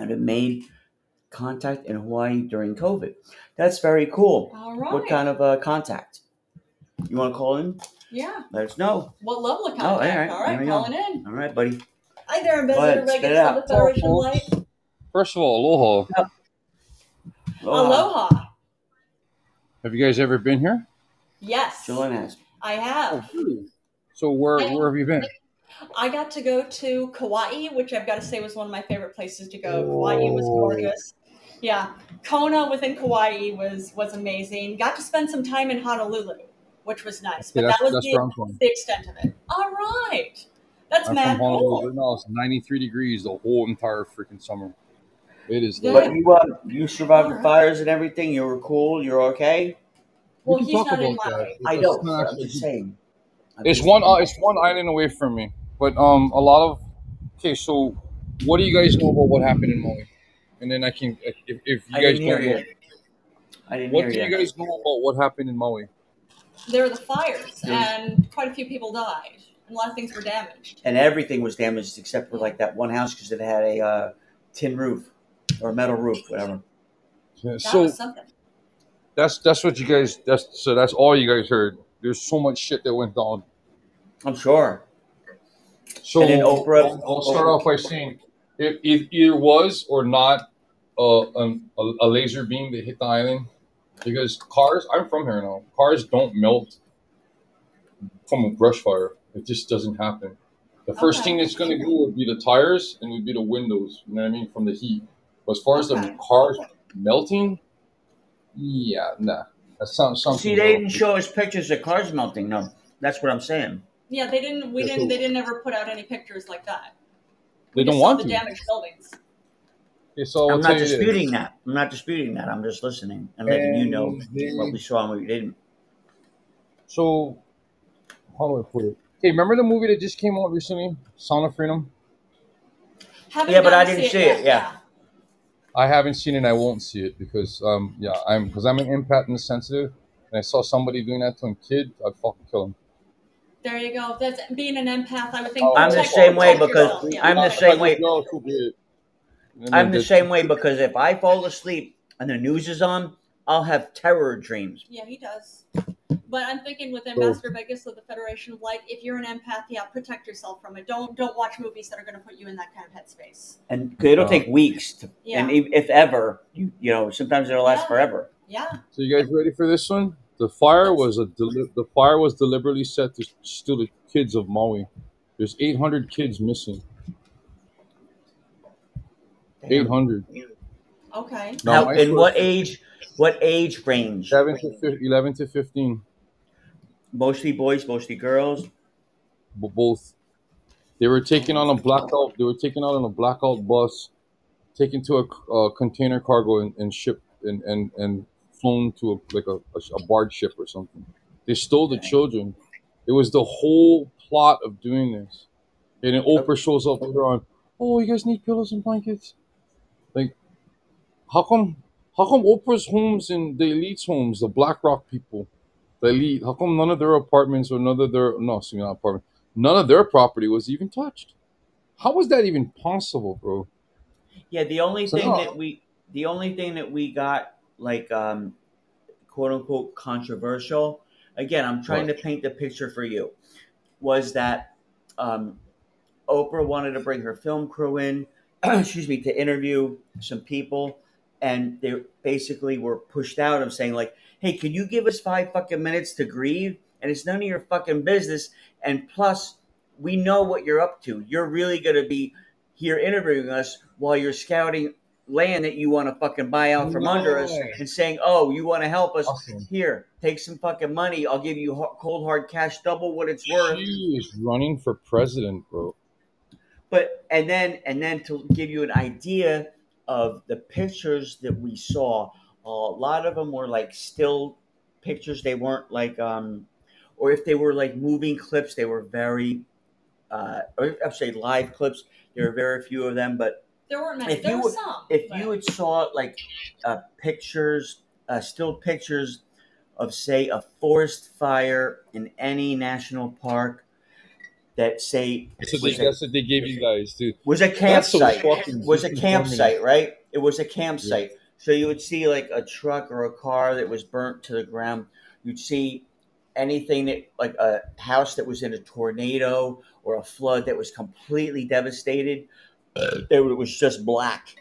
Speaker 3: and have made contact in Hawaii during COVID. That's very cool.
Speaker 2: All right.
Speaker 3: What kind of uh, contact? You want to call in?
Speaker 2: yeah.
Speaker 3: Let us know.
Speaker 2: What level of
Speaker 3: Oh, all
Speaker 2: contact?
Speaker 3: right,
Speaker 2: all
Speaker 3: there
Speaker 2: right,
Speaker 3: we
Speaker 2: calling in.
Speaker 3: All right, buddy.
Speaker 2: Hi there,
Speaker 3: ahead,
Speaker 2: Ambassador
Speaker 3: spit it
Speaker 2: Megan
Speaker 3: out.
Speaker 2: from the Federation Light.
Speaker 5: First of all, aloha.
Speaker 2: Aloha.
Speaker 5: Have you guys ever been here?
Speaker 2: Yes,
Speaker 3: Chilling ass.
Speaker 2: I have.
Speaker 5: So where where have you been?
Speaker 2: I got to go to Kauai, which I've got to say was one of my favorite places to go. Kauai was gorgeous. Yeah, Kona within Kauai was was amazing. Got to spend some time in Honolulu, which was nice.
Speaker 5: Okay,
Speaker 2: But
Speaker 5: that's
Speaker 2: that was
Speaker 5: that's
Speaker 2: the,
Speaker 5: where I'm from.
Speaker 2: the extent of it. All right, that's
Speaker 5: I'm
Speaker 2: mad
Speaker 5: from Honolulu.
Speaker 2: cool.
Speaker 5: Right now it's 93 degrees the whole entire freaking summer. It is.
Speaker 2: Yeah.
Speaker 5: lit.
Speaker 3: But you, uh, you survived the fires and everything. You were cool. You're okay.
Speaker 2: Well,
Speaker 5: we
Speaker 2: he's
Speaker 5: can talk
Speaker 2: not in
Speaker 5: about
Speaker 2: my-
Speaker 5: that.
Speaker 3: I
Speaker 5: It's
Speaker 3: know.
Speaker 5: not
Speaker 3: but I'm
Speaker 5: actually-
Speaker 3: just saying. I'm
Speaker 5: It's
Speaker 3: just
Speaker 5: one. Uh,
Speaker 3: saying.
Speaker 5: it's one island away from me. But um, a lot of. Okay, so what do you guys know about what happened in Maui? And then I can, if, if you
Speaker 3: I
Speaker 5: guys
Speaker 3: didn't hear
Speaker 5: don't know,
Speaker 3: you. I didn't
Speaker 5: what do
Speaker 3: hear
Speaker 5: you guys know about what happened in Maui?
Speaker 2: There were the fires,
Speaker 3: Yeah.
Speaker 2: and quite a few people died, and a lot of things were damaged.
Speaker 3: And everything was damaged except for like that one house because it had a uh, tin roof or metal roof, whatever.
Speaker 5: Yeah,
Speaker 2: That
Speaker 5: so
Speaker 2: was something.
Speaker 5: that's that's what you guys. That's so that's all you guys heard. There's so much shit that went down.
Speaker 3: I'm sure.
Speaker 5: So
Speaker 3: And then Oprah-
Speaker 5: I'll, I'll start off by saying it, it either was or not uh, um, a, a laser beam that hit the island because cars. I'm from here now. Cars don't melt from a brush fire. It just doesn't happen. The first
Speaker 2: Okay.
Speaker 5: thing that's going to go would be the tires and would be the windows. You know what I mean from the heat. But as far as
Speaker 2: Okay.
Speaker 5: the cars melting, yeah, nah. That sounds something.
Speaker 3: See, they didn't show us pictures of cars melting. No, that's what I'm saying.
Speaker 2: Yeah, they didn't. We
Speaker 5: Yeah,
Speaker 2: didn't.
Speaker 5: so-
Speaker 2: They didn't ever put out any pictures like that.
Speaker 5: They
Speaker 2: Just
Speaker 5: don't
Speaker 2: saw
Speaker 5: want
Speaker 2: the
Speaker 5: to.
Speaker 2: damaged buildings.
Speaker 5: Okay, so I'll
Speaker 3: I'm
Speaker 5: tell
Speaker 3: not
Speaker 5: you this.
Speaker 3: disputing that. I'm not disputing that. I'm just listening and letting you know
Speaker 5: And then-
Speaker 3: what we saw and what we didn't.
Speaker 5: So, how do I put it? Hey, remember the movie that just came out recently, Sound of Freedom?
Speaker 2: Haven't
Speaker 3: Yeah, but
Speaker 2: gotten
Speaker 3: I
Speaker 2: to
Speaker 3: didn't see it, yeah.
Speaker 5: I haven't seen it. and I won't see it because, um, yeah, I'm because I'm an empath and sensitive, and I saw somebody doing that to a kid. I'd fucking kill him.
Speaker 2: There you go. That's being an empath. I would think.
Speaker 5: Oh,
Speaker 3: I'm the
Speaker 2: protect-
Speaker 3: same way
Speaker 2: protect
Speaker 3: because
Speaker 2: yourself, yeah.
Speaker 3: I'm the same way.
Speaker 5: No, who did it? And then
Speaker 3: I'm the
Speaker 5: just-
Speaker 3: same way because if I fall asleep and the news is on, I'll have terror dreams.
Speaker 2: Yeah, he does. But I'm thinking with Ambassador Vegas of the Federation of Light, if you're an empath, yeah, protect yourself from it. Don't don't watch movies that are going to put you in that kind of headspace.
Speaker 3: And it'll
Speaker 5: Oh.
Speaker 3: take weeks, to,
Speaker 2: Yeah.
Speaker 3: and if, if ever, you, you know, sometimes it'll last
Speaker 2: Yeah.
Speaker 3: forever.
Speaker 2: Yeah.
Speaker 5: So you guys ready for this one? The fire was a deli- the fire was deliberately set to steal the kids of Maui. There's 800 kids missing. 800.
Speaker 2: Okay.
Speaker 5: Now,
Speaker 3: How,
Speaker 5: my
Speaker 3: in
Speaker 5: first-
Speaker 3: what age? What age range?
Speaker 5: Seven to fif- 11 to 15.
Speaker 3: Mostly boys, mostly girls.
Speaker 5: b- both. They were taken on a blackout. They were taken out on a blackout bus, taken to a, c- uh container cargo and, and shipped and, and and flown to a, like a, a, a barge ship or something. They stole the children. It was the whole plot of doing this. And then Oprah shows up later on. Oh, you guys need pillows and blankets. Like, how come? How come Oprah's homes and the elite's homes, the BlackRock people, the elite? How come none of their apartments or none of their no, excuse me, not apartment, none of their property was even touched? How was that even possible, bro?
Speaker 3: Yeah, the only
Speaker 5: So-
Speaker 3: thing that we the only thing that we got like um quote unquote controversial again, I'm trying to paint the picture for you was that um Oprah wanted to bring her film crew in, *clears throat* excuse me, to interview some people and they basically were pushed out of saying like, "Hey, can you give us 5 fucking minutes to grieve?" And it's none of your fucking business and plus we know what you're up to. You're really going to be here interviewing us while you're scouting land that you want to fucking buy out from under us
Speaker 5: Right.
Speaker 3: and saying, "Oh, you want to help us?
Speaker 5: Awesome.
Speaker 3: Here, take some fucking money. I'll give you ho- cold hard cash, double what it's
Speaker 5: She
Speaker 3: worth."
Speaker 5: is running for president, bro.
Speaker 3: But and then and then to give you an idea of the pictures that we saw, a lot of them were like still pictures. They weren't like, um, or if they were like moving clips, they were very, uh, or I say live clips. There were very few of them, but
Speaker 4: There weren't many.
Speaker 3: If
Speaker 4: there
Speaker 3: you
Speaker 4: were
Speaker 3: would-
Speaker 4: some.
Speaker 3: if
Speaker 4: but-
Speaker 3: you had saw like uh, pictures, uh, still pictures of say a forest fire in any national park that say
Speaker 5: That's what they,
Speaker 3: was a,
Speaker 5: that's what they gave you guys, dude.
Speaker 3: was a
Speaker 5: That's so
Speaker 3: campsite
Speaker 5: fucking
Speaker 3: was a
Speaker 5: informative.
Speaker 3: campsite, right? It was a campsite. So you would see like a truck or a car that was burnt to the ground. You'd see anything that like a house that was in a tornado or a flood that was completely devastated. It was just black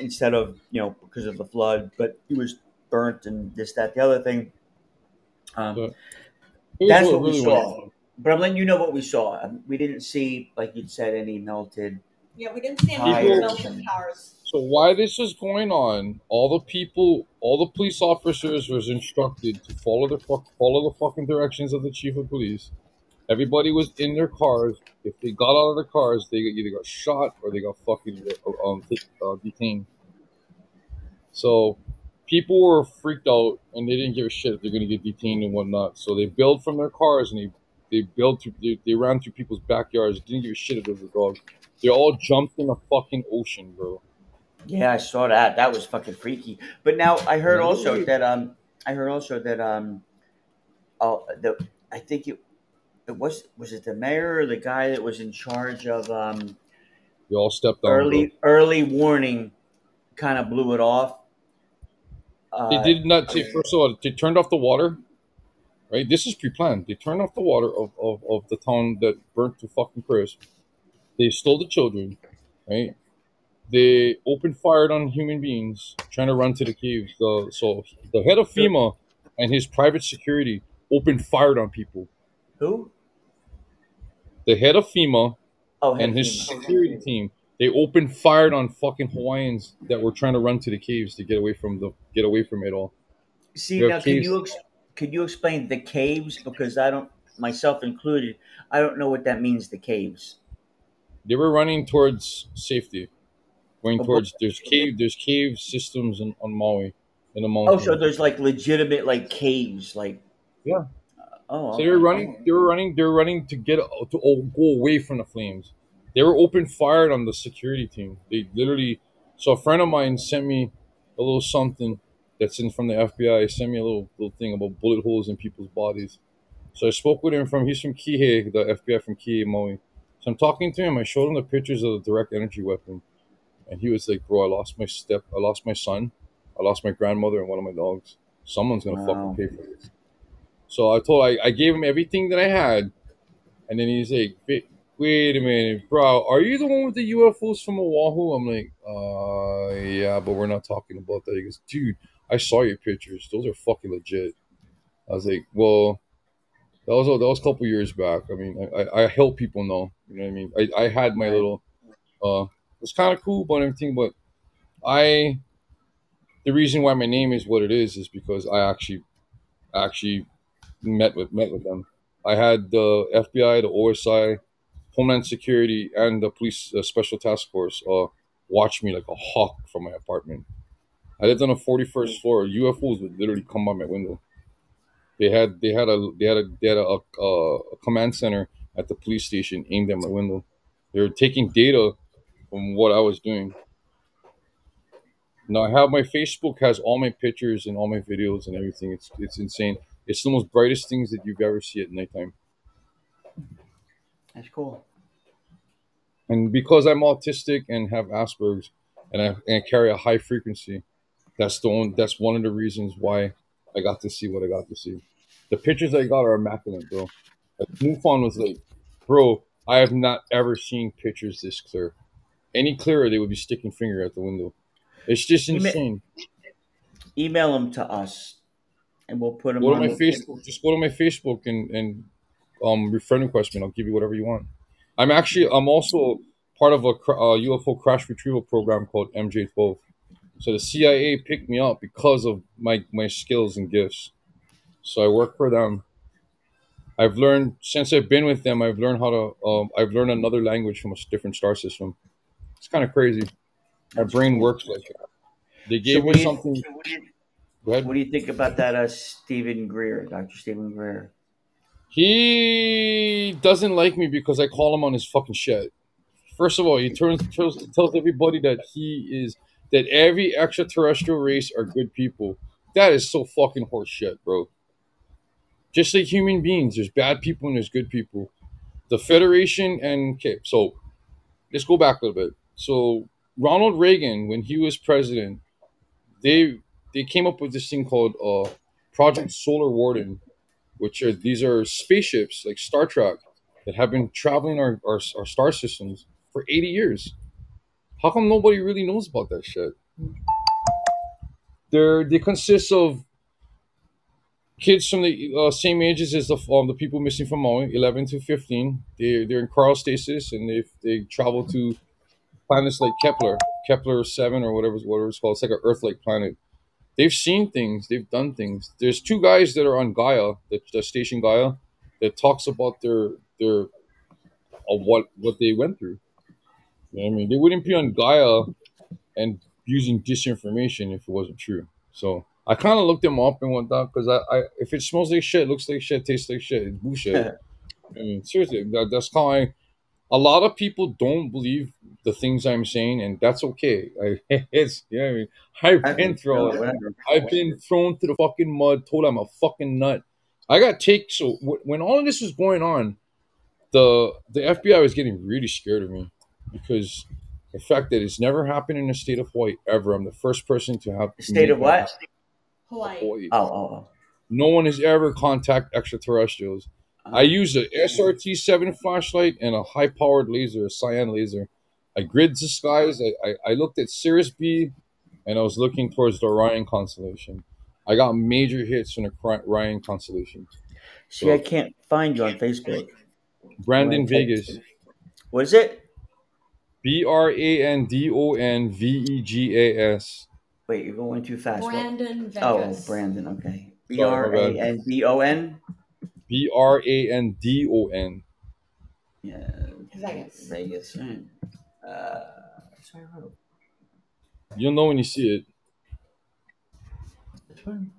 Speaker 3: instead of you know because of the flood, but it was burnt and this that the other thing. Um,
Speaker 5: Here's
Speaker 3: that's
Speaker 5: it
Speaker 3: what we
Speaker 5: really
Speaker 3: saw.
Speaker 5: was.
Speaker 3: but I'm letting you know what we saw. Um, We didn't see like you said any melted.
Speaker 4: yeah, we didn't see any
Speaker 3: Tires.
Speaker 4: melted cars.
Speaker 5: So why this is going on? All the people, all the police officers was instructed to follow the fuck, follow the fucking directions of the chief of police. Everybody was in their cars. If they got out of their cars, they either got shot or they got fucking uh, um, uh, detained. So people were freaked out and they didn't give a shit if they're going to get detained and whatnot. So they bailed from their cars and they they bailed through they, they ran through people's backyards. Didn't give a shit if there was a dog. They all jumped in a fucking ocean, bro.
Speaker 3: Yeah, I saw that. That was fucking freaky. But now I heard also
Speaker 5: Really?
Speaker 3: that um, I heard also that um, oh, the I think it it was was it the mayor or the guy that was in charge of um
Speaker 5: They all stepped on.
Speaker 3: early early warning kind of blew it off. Uh,
Speaker 5: They did not say first of all they turned off the water. Right, this is pre-planned. They turned off the water of, of, of the town that burnt to fucking crisp. They stole the children, right? They opened fire on human beings trying to run to the caves. The, so the head of FEMA and his private security opened fire on people.
Speaker 3: Who?
Speaker 5: The head of FEMA
Speaker 3: Oh,
Speaker 5: and his
Speaker 3: Hakima.
Speaker 5: security team they opened fired on fucking Hawaiians that were trying to run to the caves to get away from the get away from it all.
Speaker 3: See
Speaker 5: Their
Speaker 3: now, can
Speaker 5: caves-
Speaker 3: you ex- could you explain the caves because I don't myself included. I don't know what that means. The caves.
Speaker 5: they were running towards safety, going
Speaker 3: Oh,
Speaker 5: towards there's cave there's cave systems in, on Maui in the
Speaker 3: Oh,
Speaker 5: mountains.
Speaker 3: so there's like legitimate like caves, like
Speaker 5: Yeah.
Speaker 3: Oh,
Speaker 5: So
Speaker 3: okay.
Speaker 5: they were running. They were running. They were running to get uh, to o- go away from the flames. They were open fired on the security team. They literally. So a friend of mine sent me a little something that's in from the FBI. He sent me a little little thing about bullet holes in people's bodies. So I spoke with him from he's from Kihei, the FBI from Kihei, Maui. So I'm talking to him. I showed him the pictures of the direct energy weapon, and he was like, "Bro, I lost my step. I lost my son. I lost my grandmother and one of my dogs. Someone's gonna
Speaker 3: Wow.
Speaker 5: fucking pay for this." So I told I, I gave him everything that I had, and then he's like, "Wait- "Wait a minute, bro, are you the one with the UFOs from Oahu?" I'm like, "Uh, yeah, but we're not talking about that." He goes, "Dude, I saw your pictures. Those are fucking legit." I was like, "Well, that was a, that was a couple years back. I mean, I, I, I help people know. You know what I mean? I, I had my
Speaker 3: Right.
Speaker 5: little. Uh, it's kind of cool, but everything, but I." The reason why my name is what it is is because I actually, actually met with met with them. I had the FBI, the OSI, Homeland Security, and the police uh, special task force uh, watch me like a hawk from my apartment. I lived on the forty first floor. UFOs would literally come by my window. They had they had a they had a they had a, a, a command center at the police station aimed at my window. They were taking data from what I was doing. Now I have my Facebook has all my pictures and all my videos and everything. It's it's insane. It's the most brightest things that you've ever see at nighttime.
Speaker 3: That's cool.
Speaker 5: And because I'm autistic and have Asperger's and I, and I carry a high frequency, that's the one, that's one of the reasons why I got to see what I got to see. The pictures I got are immaculate, bro. Like, Newfound was like, bro, I have not ever seen pictures this clear. Any clearer, they would be sticking finger at the window. It's just
Speaker 3: You ma-
Speaker 5: insane.
Speaker 3: Email them to us, and we'll put them
Speaker 5: Go to
Speaker 3: on
Speaker 5: my
Speaker 3: the-
Speaker 5: Facebook. Just go to my Facebook and and um, friend request me, and I'll give you whatever you want. I'm actually I'm also part of a, cr- uh UFO crash retrieval program called MJ12. So the CIA picked me up because of my my skills and gifts. So I work for them. I've learned since I've been with them. I've learned how to. Um, I've learned another language from a s- different star system. It's kind of crazy. My brain works like that. They gave
Speaker 3: what do
Speaker 5: me
Speaker 3: you-
Speaker 5: something. Go ahead.
Speaker 3: What do you think about that, uh, Stephen Greer, Doctor Stephen Greer?
Speaker 5: He doesn't like me because I call him on his fucking shit. First of all, he turns tells, tells everybody that he is that every extraterrestrial race are good people. That is so fucking horseshit, bro. Just like human beings, there's bad people and there's good people. The Federation and okay, so let's go back a little bit. So Ronald Reagan, when he was president, they they came up with this thing called uh, Project Solar Warden which are these are spaceships like Star Trek that have been traveling our, our, our star systems for 80 years. How come nobody really knows about that shit? They're, they consist of kids from the uh, same ages as the, um, the people missing from Maui, 11 to 15. They, they're in coral stasis and they, they travel to planets like Kepler, Kepler 7 or whatever, whatever it's called. It's like an Earth like planet they've seen things, they've done things. There's two guys that are on Gaia, the, the station Gaia, that talks about their their of what what they went through. You know what I mean, they wouldn't be on Gaia and using disinformation if it wasn't true. So I kind of looked them up and whatnot because I, I if it smells like shit, looks like shit, tastes like shit, it's *laughs* bullshit. I mean, seriously, that, that's how I. A lot of people don't believe the things I'm saying, and that's okay. I, *laughs* it's you know what I mean. I've been through all that.
Speaker 3: Whatever.
Speaker 5: I've been thrown to the fucking mud, told I'm a fucking nut. I got take so wh- when all of this was going on, the the FBI was getting really scared of me because the fact that it's never happened in the state of Hawaii ever. I'm the first person to have
Speaker 3: State of what?
Speaker 2: Hawaii.
Speaker 5: Hawaii.
Speaker 3: Oh, oh,
Speaker 5: No one has ever contacted extraterrestrials.
Speaker 3: oh.
Speaker 5: I used a SRT seven flashlight and a high powered laser, a cyan laser. I grid the skies. I, I, I looked at Cirrus B, and I was looking towards the Orion constellation. I got major hits from the Cri- Orion constellation.
Speaker 3: See, I can't find you on Facebook.
Speaker 5: Brandon
Speaker 3: Right.
Speaker 5: Vegas,
Speaker 3: What is it?
Speaker 5: B R A N D O N V E G A S.
Speaker 3: Wait, you're going too fast. What-
Speaker 4: Brandon Vegas.
Speaker 3: Oh, Brandon. Okay. B
Speaker 5: Sorry,
Speaker 3: R
Speaker 5: my bad.
Speaker 3: A N D O N.
Speaker 5: B R A N D O N.
Speaker 3: Yeah.
Speaker 4: Vegas.
Speaker 3: Vegas. Mm. Uh, that's what I wrote.
Speaker 5: You'll know when you see it.
Speaker 3: This one?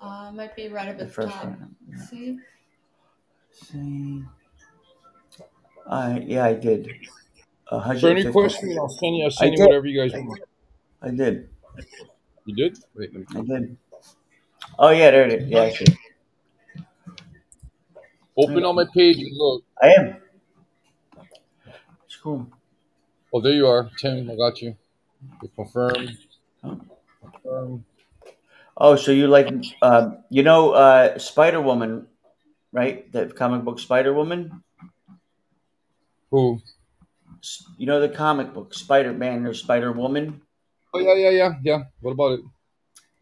Speaker 4: Uh, might be right up
Speaker 3: The
Speaker 4: at the
Speaker 3: first
Speaker 4: top.
Speaker 3: one. Yeah.
Speaker 4: See?
Speaker 3: See. All right. Yeah, I did. A
Speaker 5: So any
Speaker 3: 150.
Speaker 5: questions? I'll send you. I'll
Speaker 3: I
Speaker 5: send you
Speaker 3: did.
Speaker 5: whatever you guys want.
Speaker 3: I did.
Speaker 5: You did? Wait, let me-
Speaker 3: I did. Oh yeah, there it is. Yeah, I see.
Speaker 5: Open on my page. and Look.
Speaker 3: I am. It's cool.
Speaker 5: Oh, there you are, Tim. I got you. You confirm.
Speaker 3: Oh.
Speaker 5: Confirm.
Speaker 3: Oh, so you like, um, you know, uh, Spider Woman, right? The comic book Spider Woman.
Speaker 5: Who?
Speaker 3: S- You know the comic book Spider Man or Spider Woman.
Speaker 5: Oh yeah, yeah, yeah, yeah. What about it?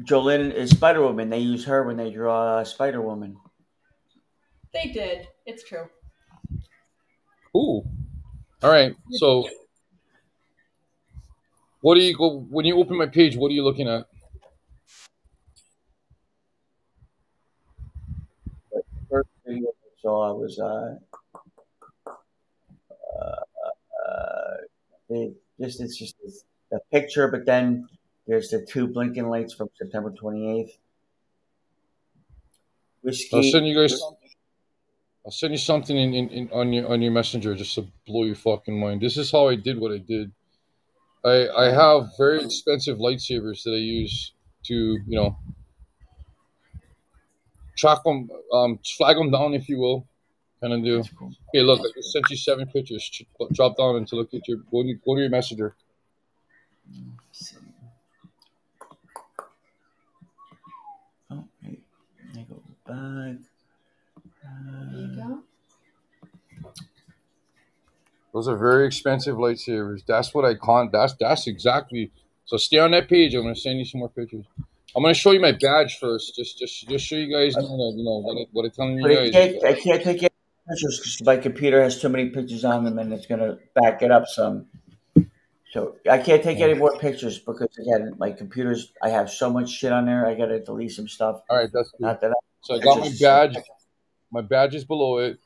Speaker 3: Jolene is Spider Woman. They use her when they draw uh, Spider Woman.
Speaker 4: They did. It's true.
Speaker 5: Cool. All right. So, what do you go when you open my page? What are you looking at?
Speaker 3: First video I saw was uh, uh, uh, the, just it's just a picture, but then There's the two blinking lights from September 28th. Whiskey.
Speaker 5: I'll send you guys. I'll send you something in, in, in on your on your messenger just to blow your fucking mind. This is how I did what I did. I I have very expensive lightsabers that I use to you know track them, um, flag them down if you will, kind of do.
Speaker 3: That's cool.
Speaker 5: Hey, look, I just sent you seven pictures. Ch- Drop down and to look at your go to, go to your messenger.
Speaker 3: Oh, wait. I go back.
Speaker 4: There you
Speaker 3: Uh,
Speaker 4: go.
Speaker 5: Those are very expensive lightsabers. That's what I con. That's that's exactly. So stay on that page. I'm gonna send you some more pictures. I'm gonna show you my badge first. Just just just show you guys. You know, you know what, I, what I'm telling
Speaker 3: but
Speaker 5: you
Speaker 3: I
Speaker 5: guys.
Speaker 3: can't, I can't take any pictures because my computer has too many pictures on them and it's going to back it up some. So I can't take any more pictures because, again, my computer's, I have so much shit on there. I got to delete some stuff.
Speaker 5: All right, that's good.
Speaker 3: Not that I,
Speaker 5: So I got my badge. My badge is below it.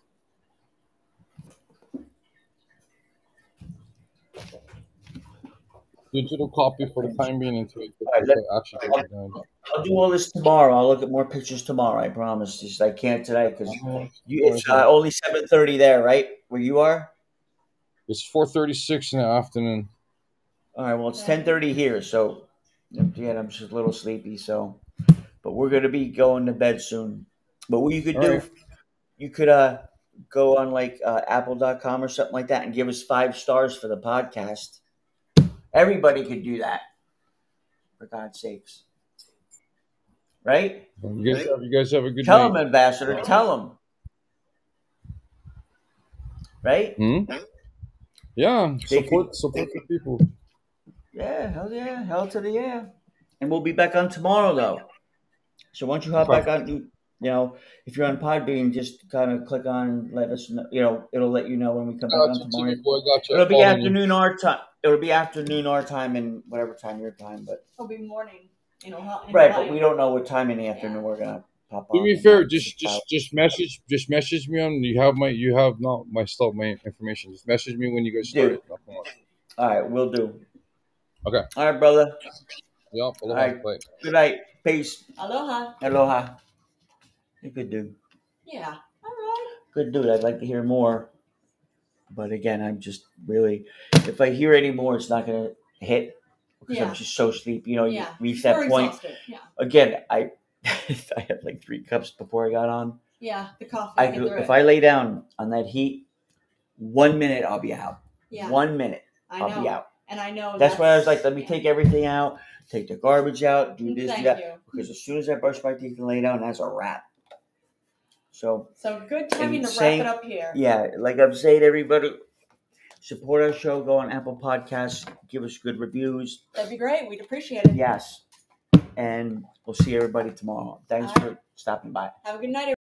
Speaker 5: Digital copy for the time being until it
Speaker 3: All right, let-
Speaker 5: actually gets it done.
Speaker 3: I'll do all this tomorrow. I'll look at more pictures tomorrow. I promise. Just I can't tonight because it's uh, only 7.30 there, right? Where you are?
Speaker 5: It's four thirty six in the afternoon.
Speaker 3: All right. Well, it's
Speaker 4: Yeah.
Speaker 3: ten thirty here, so again, I'm just a little sleepy. So, but we're gonna be going to bed soon. But what you could
Speaker 5: All
Speaker 3: do,
Speaker 5: right.
Speaker 3: you could uh go on like uh, Apple.com or something like that and give us five stars for the podcast. Everybody could do that. For God's sakes, right?
Speaker 5: You guys, have, you guys have a good
Speaker 3: tell
Speaker 5: night.
Speaker 3: them, ambassador. Tell them. Right?
Speaker 5: Hmm? Yeah,
Speaker 3: They
Speaker 5: support support the people.
Speaker 3: Yeah, hell yeah, hell to the yeah. And we'll be back on tomorrow though. So once you hop
Speaker 5: Okay.
Speaker 3: back on, you you know, if you're on Podbean, just kind of click on and let us know. You know, it'll let you know when we come back
Speaker 5: Shout out
Speaker 3: on
Speaker 5: to Timmy
Speaker 3: tomorrow.
Speaker 5: boy, gotcha.
Speaker 3: It'll be
Speaker 5: Following you.
Speaker 3: afternoon our time. It'll be afternoon our time and whatever time your time, but
Speaker 2: It'll be morning. You know, not in
Speaker 3: right.
Speaker 2: Ohio.
Speaker 3: But we don't know what time in the afternoon we're gonna pop on.
Speaker 5: Do me a
Speaker 3: and
Speaker 5: favor,
Speaker 3: watch
Speaker 5: just
Speaker 3: the show.
Speaker 5: just just message just message me on you have my you have not my stuff my information. Just message me when you guys start
Speaker 3: Dude.
Speaker 5: it. Nothing else.
Speaker 3: All right, we'll do.
Speaker 5: Okay.
Speaker 3: All right, brother.
Speaker 5: Yeah, aloha,
Speaker 3: Alright.
Speaker 5: bye.
Speaker 3: Good night. Peace.
Speaker 2: Aloha.
Speaker 3: Aloha. You could do.
Speaker 2: Yeah. All right.
Speaker 3: good dude. I'd like to hear more. But again, I'm just really, if I hear any more, it's not going to hit because
Speaker 2: Yeah.
Speaker 3: I'm just so sleepy. You know, you
Speaker 2: Yeah.
Speaker 3: reach
Speaker 2: We're
Speaker 3: that point.
Speaker 2: exhausted. Yeah.
Speaker 3: Again, I *laughs* I had like three cups before I got on.
Speaker 2: Yeah. The coffee.
Speaker 3: I
Speaker 2: get
Speaker 3: could-
Speaker 2: through
Speaker 3: if
Speaker 2: it.
Speaker 3: I lay down on that heat, one minute I'll be out.
Speaker 2: yeah.
Speaker 3: One minute
Speaker 2: I
Speaker 3: I'll
Speaker 2: know.
Speaker 3: be out.
Speaker 2: And I know.
Speaker 3: That's why I was like, let me
Speaker 2: yeah.
Speaker 3: take everything out, take the garbage out, do this, do
Speaker 2: Mm, Thank
Speaker 3: that.
Speaker 2: you.
Speaker 3: Because as soon as I brush my teeth and lay down, that's a wrap. So
Speaker 2: So good timing to wrap
Speaker 3: saying-
Speaker 2: it up here.
Speaker 3: Yeah, like I'm saying, everybody support our show. Go on Apple Podcasts, give us good reviews.
Speaker 2: That'd be great. We'd appreciate it.
Speaker 3: Yes, and we'll see everybody tomorrow. Thanks for stopping by.
Speaker 2: Have a good night,